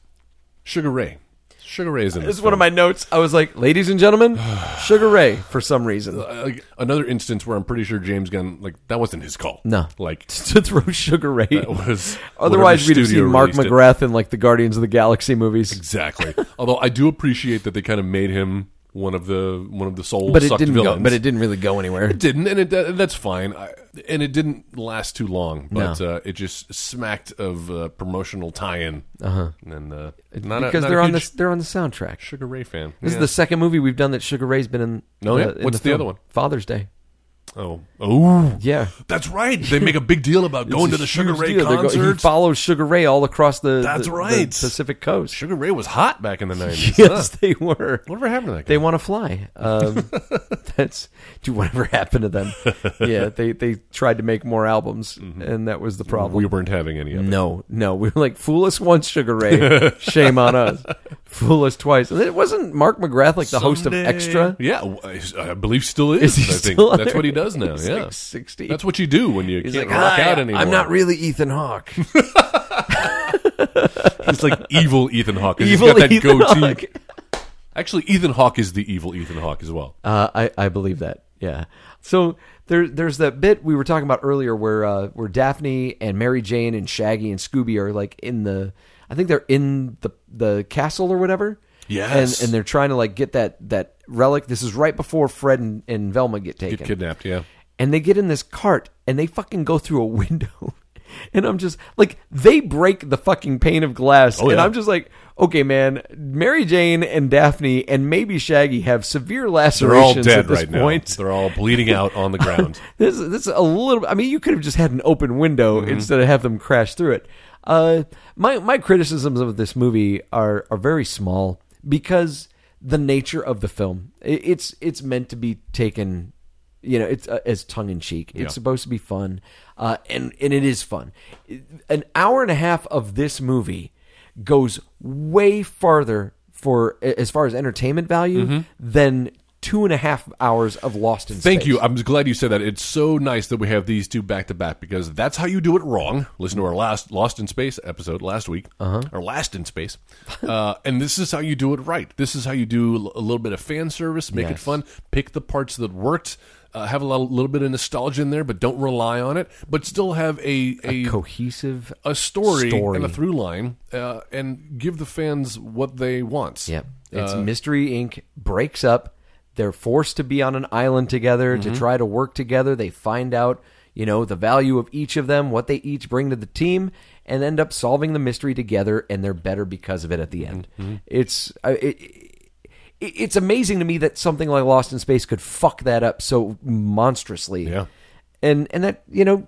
sugar ray sugar ray is in this This is one of film. my notes. I was like, "Ladies and gentlemen, Sugar Ray." For some reason, Uh, like, another instance where i'm pretty sure james gunn like that wasn't his call No. like to throw Sugar Ray. that was Otherwise, whatever we'd have studio seen Mark released it. McGrath in like the Guardians of the Galaxy movies. exactly although i do appreciate that they kind of made him one of the one of the soul but it sucked didn't villains. go. But it didn't really go anywhere. It didn't, and it that- that's fine. I, and it didn't last too long, but uh, it just smacked of uh, promotional tie-in. Uh-huh. And uh, not a- because not a they're on huge this. They're on the soundtrack. Sugar Ray fan. This is the second movie we've done that Sugar Ray's been in. Oh, yeah. uh, in What's the film. other one? Father's Day. oh oh Yeah. that's right. They make a big deal about going It's to a the Sugar huge Ray deal. They're go- he concert. follows Sugar Ray all across the, That's the- the right. Pacific Coast. Sugar Ray was hot back in the nineties. Yes, they were. Whatever happened to that guy? They want to fly. Um, that's do whatever happened to them. Yeah, they they tried to make more albums, Mm-hmm. and that was the problem. we weren't having any of it. No, no. We were like, fool us once, Sugar Ray. Shame on us. Fool us twice. And it wasn't Mark McGrath like the host of Someday- Extra. Yeah, w- I I believe still is. Is he I think still on that's there? what he does now. He's yeah, like 60. That's what you do when you He's can't like, rock "Hi, out anymore. I'm not really Ethan Hawke. He's like evil Ethan Hawke. 'cause Evil he's got that Ethan goatee. Hawke. Actually, Ethan Hawke is the evil Ethan Hawke as well. Uh, I I believe that. Yeah. So there there's that bit we were talking about earlier where uh, where Daphne and Mary Jane and Shaggy and Scooby are like in the I think they're in the the castle or whatever. Yes. And and they're trying to like get that that relic. This is right before Fred and, and Velma get taken. Get kidnapped, yeah. and they get in this cart and they fucking go through a window. And I'm just like, they break the fucking pane of glass. Oh, And yeah. I'm just like, okay, man, Mary Jane and Daphne and maybe Shaggy have severe They're all lacerations at dead this right point. now. They're all bleeding out on the ground. This, this is a little, I mean, you could have just had an open window Mm-hmm. instead of have them crash through it. Uh, my, my criticisms of this movie are, are very small because the nature of the film, It- it's, it's meant to be taken you know it's uh, as tongue in cheek. It's supposed to be fun, uh, and and it is fun. An hour and a half of this movie goes way farther for as far as entertainment value than two and a half hours of Lost in Mm-hmm. Thank Space. you. I'm glad you said that. It's so nice that we have these two back to back because that's how you do it wrong. Listen to our last Lost in Space episode last week, uh-huh. or Last in Space, uh, and this is how you do it right. This is how you do l- a little bit of fan service, make it Yes. fun, pick the parts that worked. Uh, have a lot, little bit of nostalgia in there, but don't rely on it. But still have a a, Cohesive. a story, Story. and a through line, uh, and give the fans what they want. Yep. It's Mystery Inc. breaks up. They're forced to be on an island together to try to work together. They find out, you know, the value of each of them, what they each bring to the team, and end up solving the mystery together. And they're better because of it at the end. It's uh, it, it, it's amazing to me that something like Lost in Space could fuck that up so monstrously. Yeah. And and that you know.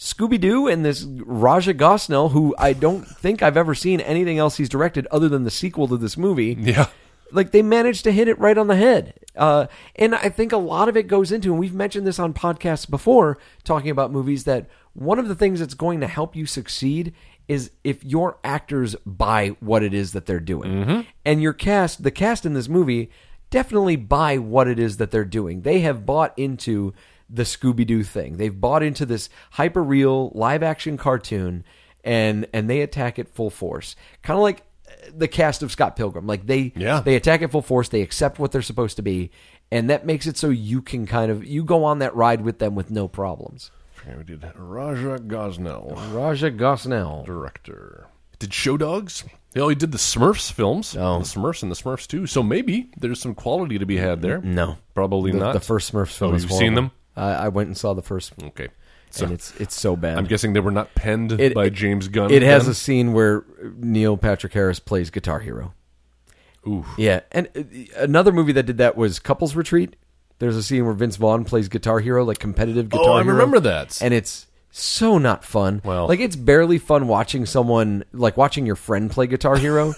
Scooby Doo and this Raja Gosnell, who I don't think I've ever seen anything else he's directed other than the sequel to this movie Yeah. like they managed to hit it right on the head. Uh, and I think a lot of it goes into, and we've mentioned this on podcasts before, talking about movies, that one of the things that's going to help you succeed is if your actors buy what it is that they're doing. And your cast, the cast in this movie, definitely buy what it is that they're doing. They have bought into the Scooby Doo thing, they've bought into this hyper real live action cartoon, and, and they attack it full force. Kind of like uh, the cast of Scott Pilgrim. Like they, Yeah. they attack at full force they accept what they're supposed to be and that makes it so you can kind of you go on that ride with them with no problems Okay, we did Raja Gosnell, raja gosnell director. Did Show Dogs? You know, he did the Smurfs films. Oh. The Smurfs and the Smurfs too. So maybe there's some quality to be had there. No. Probably the, not. the first smurfs film Oh, is you've seen horrible. them? I, I went and saw the first Okay. So and it's it's so bad I'm guessing they were not penned It- by it- James Gunn. it has then? a scene where neil patrick harris plays guitar hero Oof. yeah and uh, another movie that did that was couples retreat there's a scene where vince vaughn plays guitar hero like competitive guitar Oh, I Hero. remember that. and it's so not fun. Well- like it's barely fun watching someone like watching your friend play Guitar Hero.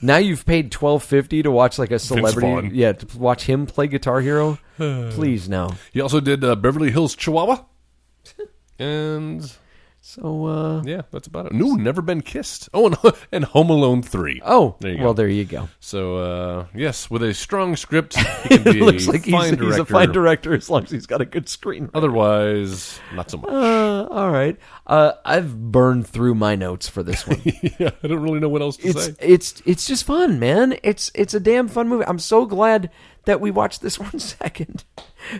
now you've paid twelve fifty to watch like a celebrity, Vaughn. yeah, to watch him play Guitar Hero. Please no. He also did uh, Beverly Hills Chihuahua. and So uh, yeah, that's about it. No, never been kissed. Oh, and, and Home Alone three. oh There you go. well, there you go. So uh, yes, with a strong script, he can be Looks a like he's, fine he's director. a fine director as long as he's got a good screen. Otherwise, not so much. Uh, all right, uh, I've burned through my notes for this one. yeah, I don't really know what else to it's say. it's it's just fun, man. It's it's a damn fun movie. I'm so glad that we watched this one second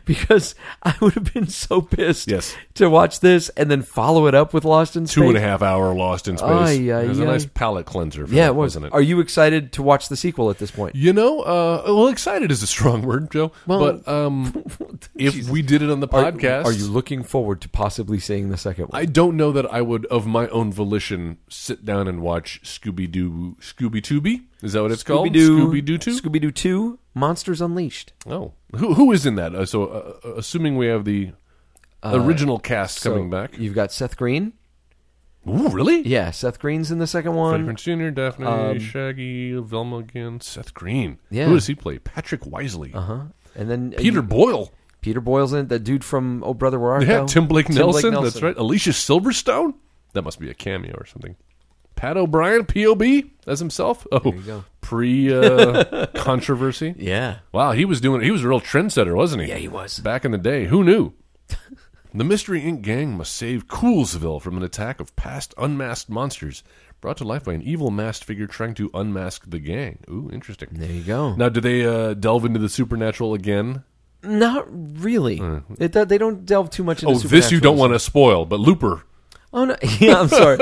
because I would have been so pissed Yes. to watch this and then follow it up with Lost in Space. Two and a half hour Lost in Space. Ay, it was ay, a ay. nice palate cleanser. For Yeah, that, it was. wasn't it? Are you excited to watch the sequel at this point? You know, uh, well, excited is a strong word, Joe. Well- but um, if we did it on the podcast, Are, are you looking forward to possibly seeing the second one? I don't know that I would, of my own volition, sit down and watch Scooby Doo, Scooby Tooby. Is that what it's called? Scooby Doo Two. Scooby Doo Two, Monsters Unleashed. oh, who who is in that? Uh, so, uh, assuming we have the original cast coming Uh, So back. You've got Seth Green. Ooh, really? Yeah, Seth Green's in the second Freddie one. Prinze Jr., Daphne, Shaggy, Velma again, Seth Green. Yeah. Uh-huh. Who does he play? Patrick Wisely. Huh? And then uh, Peter you- Boyle. Peter Boyle's in it, that dude from Oh Brother Where Art Yeah, Thou? Tim Blake, Nelson, That's right. Alicia Silverstone. That must be a cameo or something. Pat O'Brien, POB, as himself. Oh, pre uh, controversy. Yeah. Wow, he was doing. He was a real trendsetter, wasn't he? Yeah, he was. Back in the day, who knew? the Mystery Inc. gang must save Coolsville from an attack of past unmasked monsters brought to life by an evil masked figure trying to unmask the gang. Ooh, interesting. There you go. Now, do they uh, delve into the supernatural again? Not really. It, do- they don't delve too much into. Uh, Oh, this you don't supernaturalism. want to spoil, but Looper. Oh no, yeah, I'm sorry.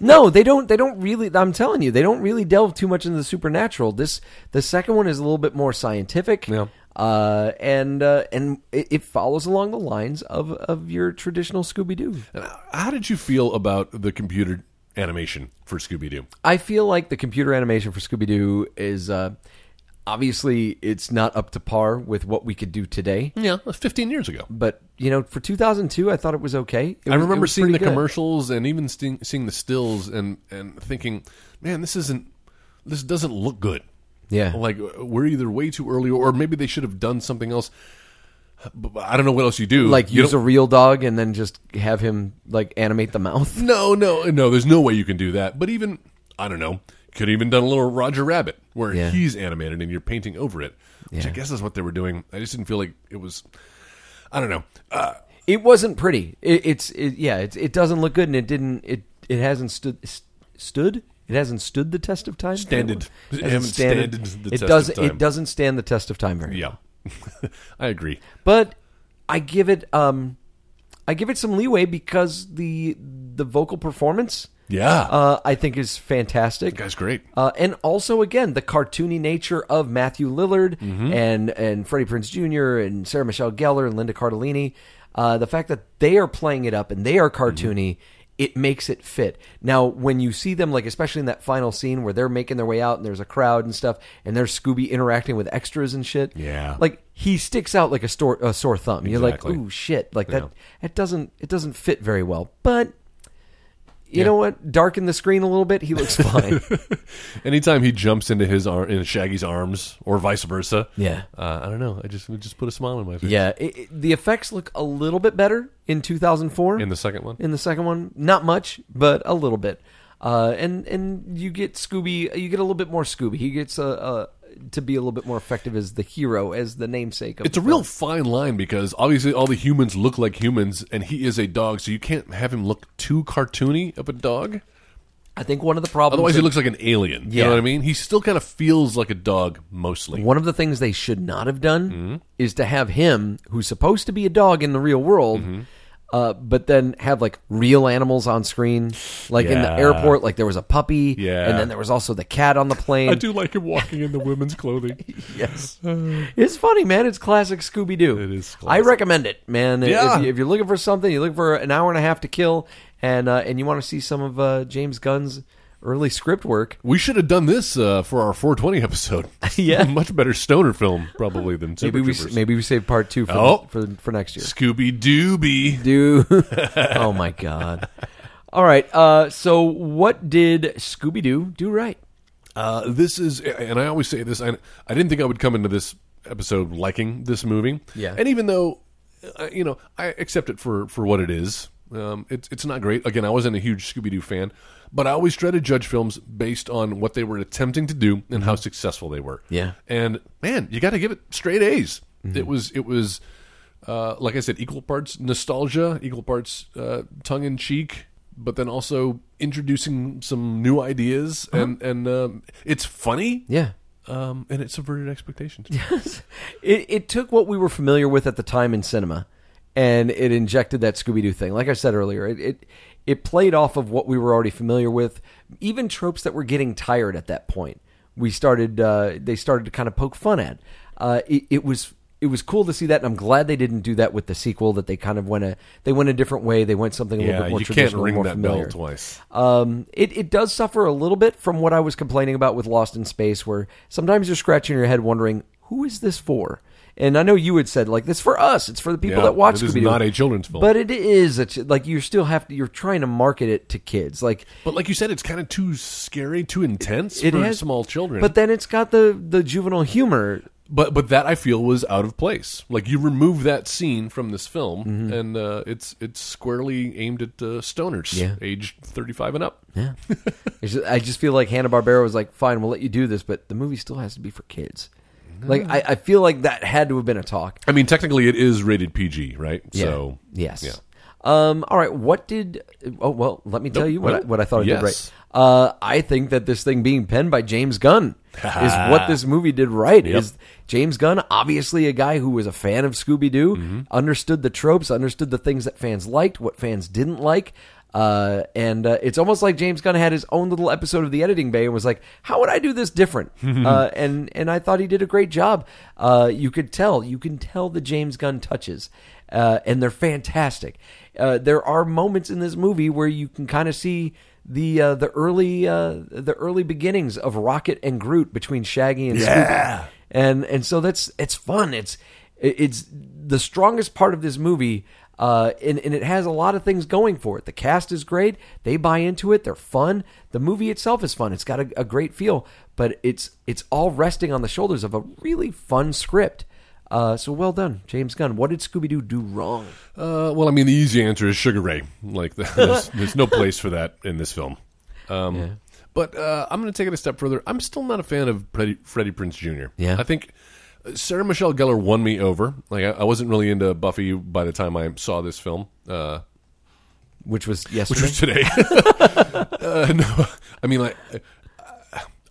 no, they don't. They don't really. I'm telling you, they don't really delve too much into the supernatural. This the second one is a little bit more scientific. Yeah. Uh, and uh, and it, it follows along the lines of of your traditional Scooby Doo. And How did you feel about the computer animation for Scooby Doo? I feel like the computer animation for Scooby Doo is uh, obviously it's not up to par with what we could do today. Yeah, 15 years ago. But you know, for 2002, I thought it was okay. It I was- it remember was seeing the pretty good. commercials and even seeing, seeing the stills and, and thinking, man, this isn't this doesn't look good. Yeah. Like uh, we're either way too early or maybe they should have done something else. But but I don't know what else you do. like you use a don't- real dog and then just have him like animate the mouth. No, no, no, there's no way you can do that. But even I don't know, could have even done a little Roger Rabbit where Yeah. he's animated and you're painting over it. Which I Yeah. guess is what they were doing. I just didn't feel like it was I don't know. Uh, It wasn't pretty. It, it's it, yeah, it, it doesn't look good, and it didn't. It it hasn't stood st- stood. It hasn't stood the test of time. Standed. Hasn't It haven't standed- standed the it test of doesn't. time. It doesn't stand the test of time very. well. Yeah, I agree. but I give it um I give it some leeway because the the vocal performance Yeah. uh, I think is fantastic. guy's great. Uh, and also again the cartoony nature of Matthew Lillard Mm-hmm. and and Freddie Prince Jr. and Sarah Michelle Gellar and Linda Cardellini, uh, the fact that they are playing it up and they are cartoony. Mm-hmm. It makes it fit. Now, when you see them, like especially in that final scene where they're making their way out and there's a crowd and stuff, and there's Scooby interacting with extras and shit. Yeah. like he sticks out like a, store, a sore thumb. You're like, Exactly. ooh, shit, like that. It doesn't. It doesn't fit very well. But you know what? Darken the screen a little bit. He looks fine. Anytime he jumps into his arm, in Shaggy's arms, or vice versa. Yeah. Uh, I don't know. I just it just put a smile on my face. yeah, it, it- the effects look a little bit better in 2004. In the second one. in the second one. Not much, but a little bit. Uh, and and you get Scooby, you get a little bit more Scooby. He gets uh, uh, to be a little bit more effective as the hero, as the namesake. of It's a the real film. fine line because obviously all the humans look like humans, and he is a dog, so you can't have him look too cartoony of a dog. I think one of the problems. Otherwise, he that- looks like an alien. You Yeah. know what I mean? He still kind of feels like a dog mostly. One of the things they should not have done Mm-hmm. is to have him, who's supposed to be a dog in the real world, Mm-hmm. uh, but then have like real animals on screen, like in the Yeah. airport, like there was a puppy, Yeah. and then there was also the cat on the plane. I do like him walking in the women's clothing. Yes, Uh, it's funny, man. It's classic Scooby Doo. It is I classic. recommend it, man. If- Yeah. If, you, are looking for something, you're looking for an hour and a half to kill, and uh, and you want to see some of uh, James Gunn's early script work. We should have done this uh, for our 420 episode. Yeah. much better stoner film probably than Super Maybe we Troopers. maybe we save part two for, Oh. for for next year. Scooby Dooby. Dude. oh my god. All right. Uh, so what did Scooby Doo do right? Uh, this is, and I always say this. I, I didn't think I would come into this episode liking this movie. Yeah. And even though, uh, you know, I accept it for for what it is. Um, it's it's not great. Again, I wasn't a huge Scooby Doo fan, but I always try to judge films based on what they were attempting to do and how successful they were. Mm-hmm. Yeah. And man, you got to give it straight A's. It was it was, uh, like I said, equal parts nostalgia, equal parts uh, tongue in cheek, but then also introducing some new ideas and and um, it's funny. Yeah. Um, and it subverted expectations. It, it took what we were familiar with at the time in cinema, and it injected that Scooby Doo thing. Like I said earlier, it, it it played off of what we were already familiar with, even tropes that were getting tired at that point. We started uh, they started to kind of poke fun at. Uh, it, it was it was cool to see that, and I'm glad they didn't do that with the sequel. That they kind of went a they went a different way. They went something a little Yeah, bit more you can't traditional, ring more that familiar. bell twice. Um, it, it does suffer a little bit from what I was complaining about with Lost in Space, where sometimes you're scratching your head wondering, who is this for? And I know you had said, like, this for us. It's for the people Yeah, that watch it is Scooby-Doo. not a children's film. But it is. A ch- like, you still have to, you're trying to market it to kids. Like, But like you said, it's kind of too scary, too intense it for has small children. But then it's got the, the juvenile humor. but but that I feel was out of place. Like you remove that scene from this film, Mm-hmm. and uh, it's it's squarely aimed at uh, stoners, Yeah. age thirty five and up. Yeah. It's just- I just feel like Hanna-Barbera was like, fine, we'll let you do this, but the movie still has to be for kids. Like, I, I feel like that had to have been a talk. I mean, technically, it is rated PG, right? Yeah. So yes. yeah. Um, all right. What did? Oh well, let me tell you what I, Nope. what I thought I did Yes. right. Uh, I think that this thing being penned by James Gunn is what this movie did right. Is James Gunn obviously a guy who was a fan of Scooby Doo, understood the tropes, understood the things that fans liked, what fans didn't like. Uh, and uh, it's almost like James Gunn had his own little episode of the editing bay and was like, "How would I do this different?" uh, and and I thought he did a great job. Uh, you could tell, you can tell the James Gunn touches, uh, and they're fantastic. Uh, there are moments in this movie where you can kind of see the uh, the early uh, the early beginnings of Rocket and Groot between Shaggy and yeah. Scooby, and and so that's it's fun. It's it's the strongest part of this movie. Uh, and, and it has a lot of things going for it. The cast is great. They buy into it. They're fun. The movie itself is fun. It's got a, a great feel, but it's it's all resting on the shoulders of a really fun script. Uh, so well done, James Gunn. What did Scooby Doo do wrong? Uh, well, I mean, the easy answer is Sugar Ray. Like, there's, there's no place for that in this film. Um, But uh, I'm going to take it a step further. I'm still not a fan of Freddie, Freddie Prince Jr. Yeah. I think uh, Sarah Michelle Gellar won me over. Like, I, I wasn't really into Buffy by the time I saw this film. Uh, Which was which yesterday. was today. uh, no, I mean like. uh,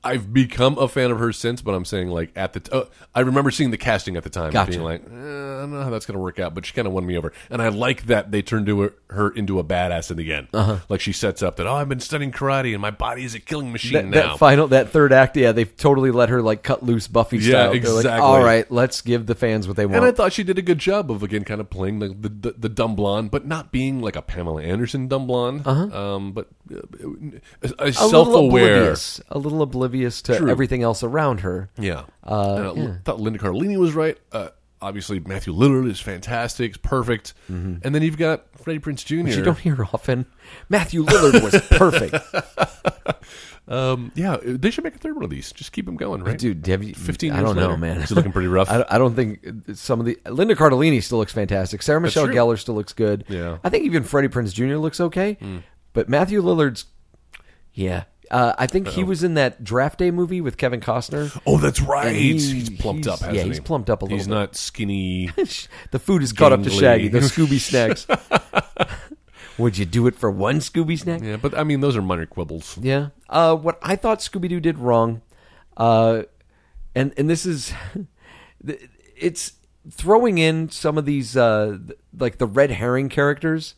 I've become a fan of her since, but I'm saying like at the t- uh, I remember seeing the casting at the time, and Gotcha. being like, eh, I don't know how that's going to work out, but she kind of won me over, and I like that they turned to her, her into a badass in the end. Uh-huh. Like she sets up that oh, I've been studying karate, and my body is a killing machine that, now. that final that third act yeah they've totally let her like cut loose buffy Yeah, style They're like, exactly. all right let's give the fans what they want and I thought she did a good job of again kind of playing the the, the, the dumb blonde, but not being like a Pamela Anderson dumb blonde, uh-huh. um, but uh, a, a a self little aware. oblivious, a little oblivious to everything else around her Yeah. Uh, Thought Linda Carlini was right. Uh, obviously Matthew Lillard is fantastic, is perfect, and then you've got Freddie Prince Jr. Which Mm-hmm. you don't hear often. Matthew Lillard was perfect, um, yeah, they should make a third one of these. Just keep them going, right? dude. Have you, 15 I don't years know, later, man. he's looking pretty rough. I, don't- I don't think some of the Linda Cardellini still looks fantastic. Sarah Michelle true. Gellar still looks good. Yeah. Hmm. I think even Freddie Prince Jr. looks okay, but Matthew Lillard's, yeah. Uh, I think he was in that draft day movie with Kevin Costner. Oh, that's right. he- he's, plumped he's- up, hasn't yeah, he? he's plumped up a little He's bit. not skinny. the food is caught up to Gangly. Shaggy. Those Scooby snacks. Would you do it for one Scooby snack? yeah, but I mean, those are minor quibbles. Yeah. Uh, what I thought Scooby Doo did wrong, uh, and and this is, it's throwing in some of these uh, th- like the red herring characters,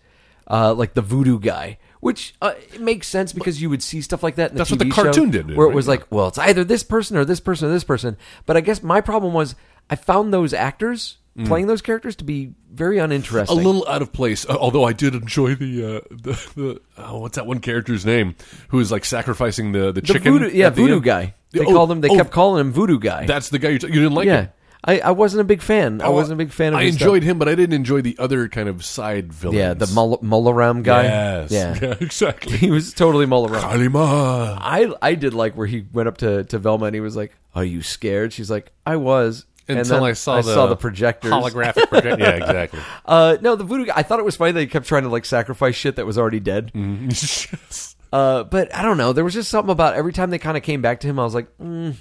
uh, like the voodoo guy. Which uh, it makes sense because you would see stuff like that. In the That's TV what the show, cartoon did, where it right? was like, well, it's either this person or this person or this person. But I guess my problem was I found those actors playing those characters to be very Mm. A uninteresting. little out of place, uh, although I did enjoy the uh, the, the oh, what's that one character's name who is like sacrificing the the, the chicken? voodoo, yeah, at the voodoo end? guy. They Oh, called him. They oh, kept calling him voodoo guy. That's the guy you, t- you didn't like. yeah. him. I, I wasn't a big fan. I Oh, wasn't a big fan of I his enjoyed stuff. him, but I didn't enjoy the other kind of side villains. Yeah, the Mul- Mullaram guy. Yes. Yeah. exactly. He was totally Mullaram. Kalima. I I did like where he went up to, to Velma and he was like, Are you scared? She's like, I was. And Until then I saw I the saw the projectors. Holographic projector. yeah, exactly. Uh, no, the voodoo guy. I thought it was funny that he kept trying to like sacrifice shit that was already dead. Yes. Uh, but I don't know. There was just something about every time they kind of came back to him, I was like, mm,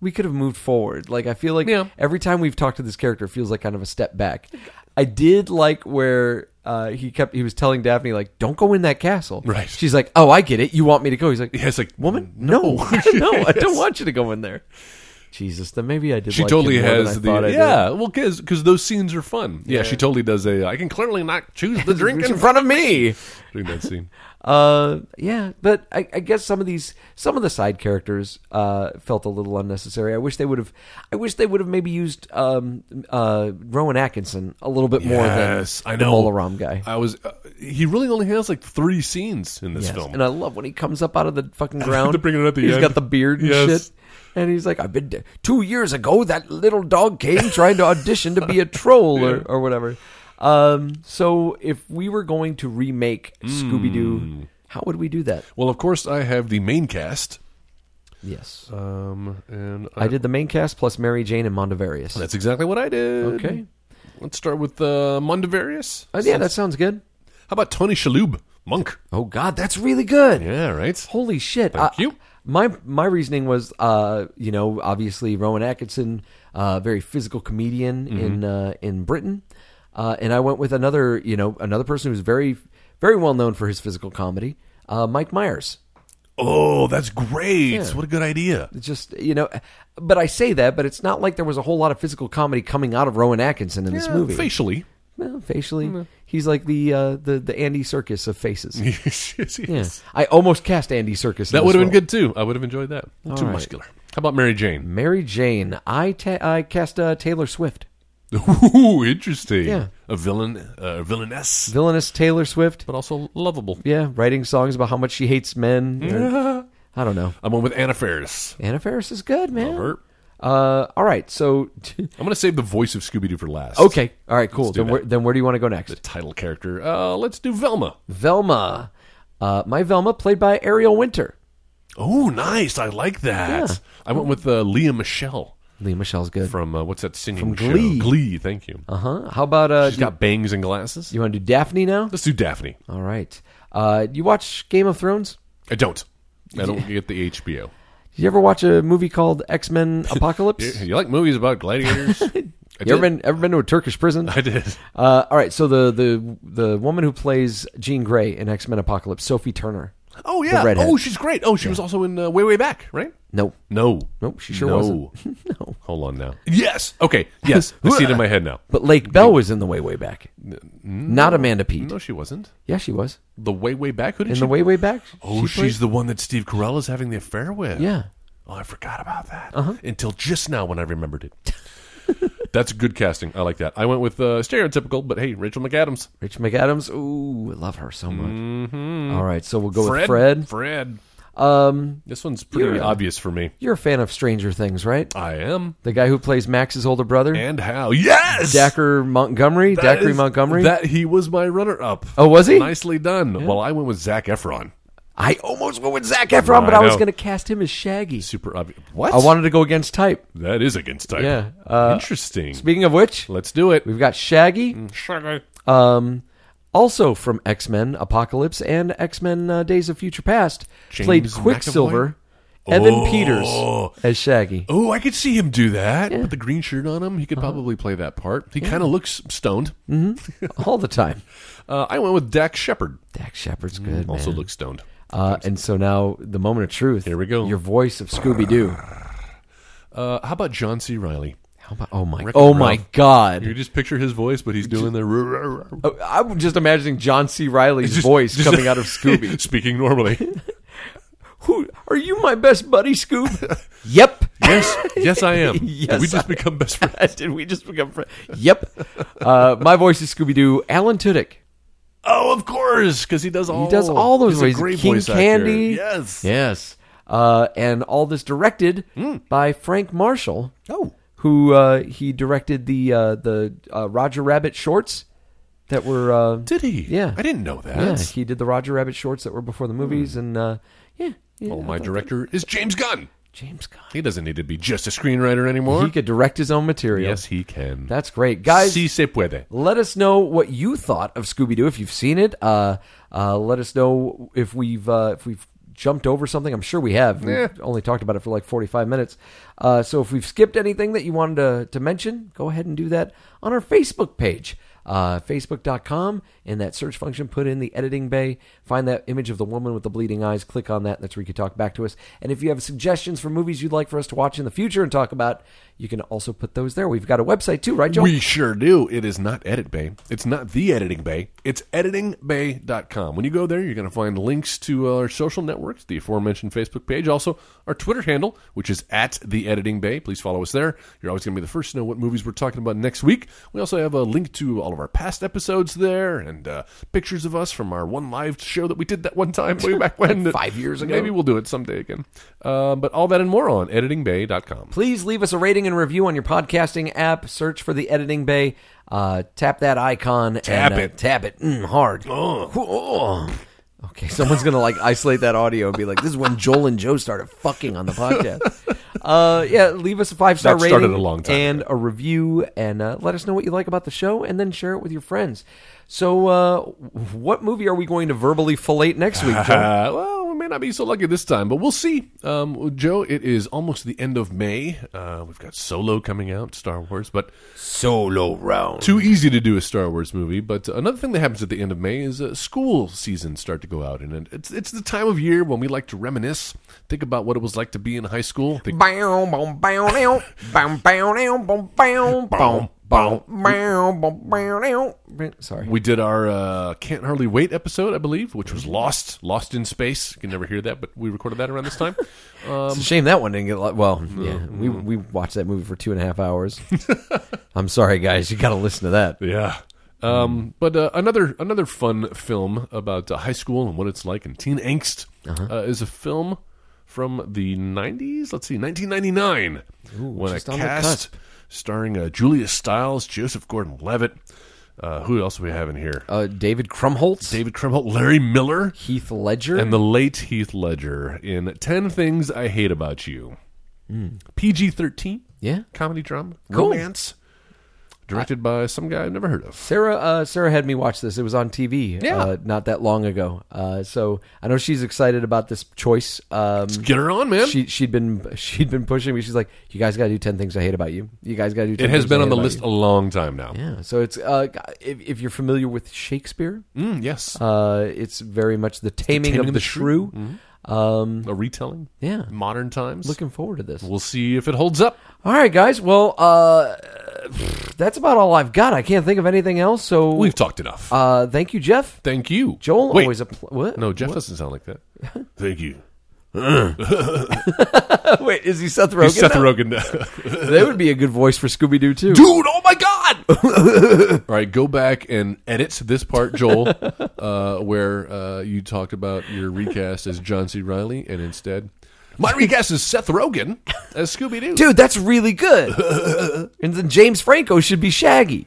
we could have moved forward. Like I feel like Yeah. every time we've talked to this character, it feels like kind of a step back. I did like where uh, he kept he was telling Daphne like, "Don't go in that castle." Right. She's like, "Oh, I get it. You want me to go?" He's like, Yeah, it's like, "Woman, no, no, I don't want you to go in there." Jesus, then maybe I did. She like him totally more than has I the uh, thought I did. yeah. Well, because those scenes are fun. Yeah, she totally does a. uh, I can clearly not choose the drink in front of me during that scene. Uh, yeah, but I, I guess some of these, some of the side characters, uh, felt a little unnecessary. I wish they would have, I wish they would have maybe used um, uh, Rowan Atkinson a little bit more than Yes, I the know. Molaram guy. I was. Uh, he really only has like three scenes in this Yes, film. And I love when he comes up out of the fucking ground. They're bringing it at the He's end. got the beard and Yes. shit. And he's like, I've been de- two years ago. That little dog came trying to audition to be a troll or, or whatever. Um, so if we were going to remake Hmm. Scooby Doo, how would we do that? well, of course, I have the main cast. Yes. Um, and I did the main cast plus Mary Jane and Mondavarius. That's exactly what I did. Okay. Let's start with uh, Mondavarius. Oh, yeah, that sounds good. How about Tony Shalhoub, Monk? Oh God, that's really good. Yeah, right. Holy shit! Thank I- you. My my reasoning was, uh, you know, obviously Rowan Atkinson, uh, very physical comedian Mm-hmm. in uh, in Britain, uh, and I went with another, you know, another person who's very very well known for his physical comedy, uh, Mike Myers. Oh, that's great. What a good idea. It's just you know, but I say that, but it's not like there was a whole lot of physical comedy coming out of Rowan Atkinson in this Yeah, movie. facially. Well, facially, he's like the uh, the the Andy Circus of faces. yes, yes, Yeah. yes. I almost cast Andy Circus. That would have been good too. I would have enjoyed that. A little too right. muscular. How about Mary Jane? Mary Jane. I ta- I cast uh, Taylor Swift, Ooh, interesting. Yeah. A villain, uh, villainess, villainous Taylor Swift. but also lovable. Yeah, writing songs about how much she hates men. or- I don't know. I'm on with Anna Faris. Anna Faris is good, man. Love her. Uh, all right, so I'm going to save the voice of Scooby Doo for last. okay, all right, cool. do Then where, that. then where do you want to go next? The title character. Uh, let's do Velma. Velma, uh, my Velma, played by Ariel Winter. Oh, nice. I like that. I went with uh, Leah Michelle Lee Michelle's good. from uh, what's that singing From show? Glee. Glee. Thank you. Uh huh. How about uh? She's Do, got bangs and glasses. you want to do Daphne now? Let's do Daphne. All right. Uh, you watch Game of Thrones? I don't. I don't get the HBO. Did you ever watch a movie called X Men You, Apocalypse? you like movies about gladiators? I You ever did. been ever been to a Turkish prison? I did. Uh, all right, so the the the woman who plays Jean Grey in X Men Apocalypse, Sophie Turner. Oh yeah. redhead. Oh, she's great. Oh, she was also in uh, Way Way Back, right? No, No. Nope, she sure no. wasn't. no, Hold on now. Yes. Okay. Yes. I see it in my head now. but Lake Bell was in the way way back. Not Amanda Pete. No, she wasn't. Yeah, she was The Way Way Back. Who did in she? the way way back. oh, she played- she's the one that Steve Carell is having the affair with. yeah. Oh, I forgot about that Uh-huh. until just now when I remembered it. That's good casting. I like that. I went with uh, stereotypical, but hey, Rachel McAdams, Rich McAdams. Ooh, I love her so much. All right, so we'll go Mm-hmm. Fred, with Fred. Fred. Um, This one's pretty You're- obvious for me. you're a fan of Stranger Things, right? I am. The guy who plays Max's older brother, And how? Yes! Dacker Montgomery, That Dacre is- Montgomery. That he was my runner up. oh, was he? Nicely done. Well, I went with Zach Efron. I almost went with Zach Efron, but I I, was know. going to cast him as Shaggy. Super obvious. What? I wanted to go against type. that is against type. Yeah, uh, Interesting. Speaking of which, Let's do it. we've got Shaggy, Mm. um, also from X Men Apocalypse and X Men uh, Days of Future Past, James played Quicksilver, Evan Peters as Shaggy. Oh, I could see him do that. Put the green shirt on him. He could probably play that part. He kind of looks stoned. all the time. Uh, I went with Dak Shepard. Dak Shepard's good. Mm, Also man. looks stoned. Uh, and so now the moment of truth. Here we go. Your voice of Scooby Doo. Uh, how about John C. Riley? How about? Oh my! Wreck-It Oh my Ralph. You God! just picture his voice, but he's doing the rah, rah, rah. Oh, I'm just imagining John C. Riley's Just- voice just- coming out of Scooby. speaking normally. Who are you, my best buddy, Scoob? yep. yes, yes, I am. Yes, we just I- become best friends. Did we just become friends? Yep. Uh, my voice is Scooby Doo. Alan Tudyk. Oh, of course, because he does all He does all those he's ways. A great King voice actor. Candy. Yes. Hmm. Yes. Uh, and all this directed by Frank Marshall. Oh. Who uh, he directed the uh, the uh, Roger Rabbit shorts that were. Uh, Did he? Yeah. I didn't know that. yeah, he did the Roger Rabbit shorts that were before the movies, and uh, yeah, yeah, Hmm. oh, my director is James Gunn. James Gunn. He doesn't need to be just a screenwriter anymore. He could direct his own material. yes, he can. that's great, guys. Si se puede. Let us know what you thought of Scooby Doo if you've seen it. Uh, uh, let us know if we've uh, if we've jumped over something. I'm sure we have. We Yeah. have only talked about it for like 45 minutes. Uh, so if we've skipped anything that you wanted to, to mention, go ahead and do that on our Facebook page. Uh, facebook.com in that search function put in the editing bay find that image of the woman with the bleeding eyes click on that and that's where you can talk back to us and if you have suggestions for movies you'd like for us to watch in the future and talk about you can also put those there we've got a website too right joe We sure do. It is not Edit Bay. It's not the Editing Bay. It's editingbay.com. When you go there, you're going to find links to our social networks, the aforementioned Facebook page, also our Twitter handle, which is at the Editing Bay. Please follow us there. You're always going to be the first to know what movies we're talking about next week. We also have a link to all of our past episodes there and uh, pictures of us from our one live show that we did that one time way back when. five years ago. Maybe we'll do it someday again. Uh, but all that and more on editingbay.com. Please leave us a rating and review on your podcasting app. Search for the Editing Bay. Uh, tap that icon. Tap and, uh, it. tap it. Mm, hard. Oh. Okay, someone's gonna like isolate that audio and be like, "This is when Joel and Joe started fucking on the podcast." uh, yeah, leave us a five star That rating started a long time and a review, and uh, let us know what you like about the show, and then share it with your friends. So, uh, what movie are we going to verbally fellate next week, Joe? Uh, well, we may not be so lucky this time, but we'll see. Um, Joe, it is almost the end of May. Uh, we've got Solo coming out, Star Wars, but Solo round. too easy to do a Star Wars movie. But another thing that happens at the end of May is uh, school seasons start to go out, and it- it's it's the time of year when we like to reminisce, think about what it was like to be in high school. Think, Bow, bow, bow, now. Bow, bow, now, bow, bow, bow, bow, bow, bow, bow, now. Sorry. we did our uh, Can't Hardly Wait episode, I believe, which was Lost, Lost in Space. You can never hear that, but we recorded that around this time. Um, It's a shame that one didn't get. Lo- well, yeah, we Mm-hmm. we watched that movie for two and a half hours. I'm sorry, guys. You got to listen to that. Yeah. Um, but uh, another another fun film about uh, high school and what it's like and teen angst Uh-huh. uh, is a film from the 90s. Let's see, 1999. when just a on the cast starring uh, Julia Stiles, Joseph Gordon-Levitt. Uh, who else do we have in here? Uh, David Krumholtz, David Krumholt, Larry Miller, Heath Ledger. and the late Heath Ledger in 10 Things I Hate About You. PG-13 yeah, comedy drama Hmm. Cool. romance directed by some guy I've never heard of. Sarah. Uh, Sarah had me watch this. It was on TV. Yeah. Uh, not that long ago. Uh, so I know she's excited about this choice. Um, Get her on, man. she she'd been she'd been pushing me. She's like, "You guys got to do ten things I hate about you. You guys got to do." 10 It has things been I on hate the about list you." a long time now. Yeah, so it's uh, if, if you're familiar with Shakespeare, Mm, yes. uh, it's very much the taming, of the, Shrew. Um, a retelling. yeah. Modern times. looking forward to this. we'll see if it holds up. All right, guys. Well, uh, that's about all I've got. I can't think of anything else. So, We've talked enough. uh, thank you, Jeff. Thank you. Joel Wait. always a pl- what? No, Jeff doesn't sound like that. Thank you. wait, is he Seth Rogen? Seth now? Rogen. that would be a good voice for Scooby Doo too. Dude, oh my God! All right, go back and edit this part, Joel, uh, where uh, you talked about your recast as John C. Riley, and instead, my recast is Seth Rogen as Scooby Doo. Dude, that's really good. and then James Franco should be Shaggy.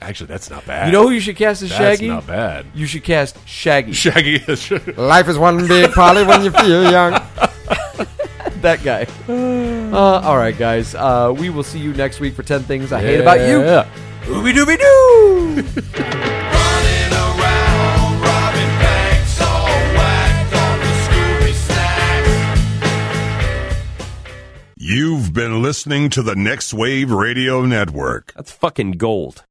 Actually, that's not bad. You know who you should cast as that's Shaggy? not bad. You should cast Shaggy. Shaggy is Life is one big party when you feel young. that guy. Uh, all right, guys. Uh, we will see you next week for 10 Things I Hate About You. Yeah. Ooby dooby doo! Running around, robbing banks, all whacked on the Scooby snacks. You've been listening to the Next Wave Radio Network. That's fucking gold.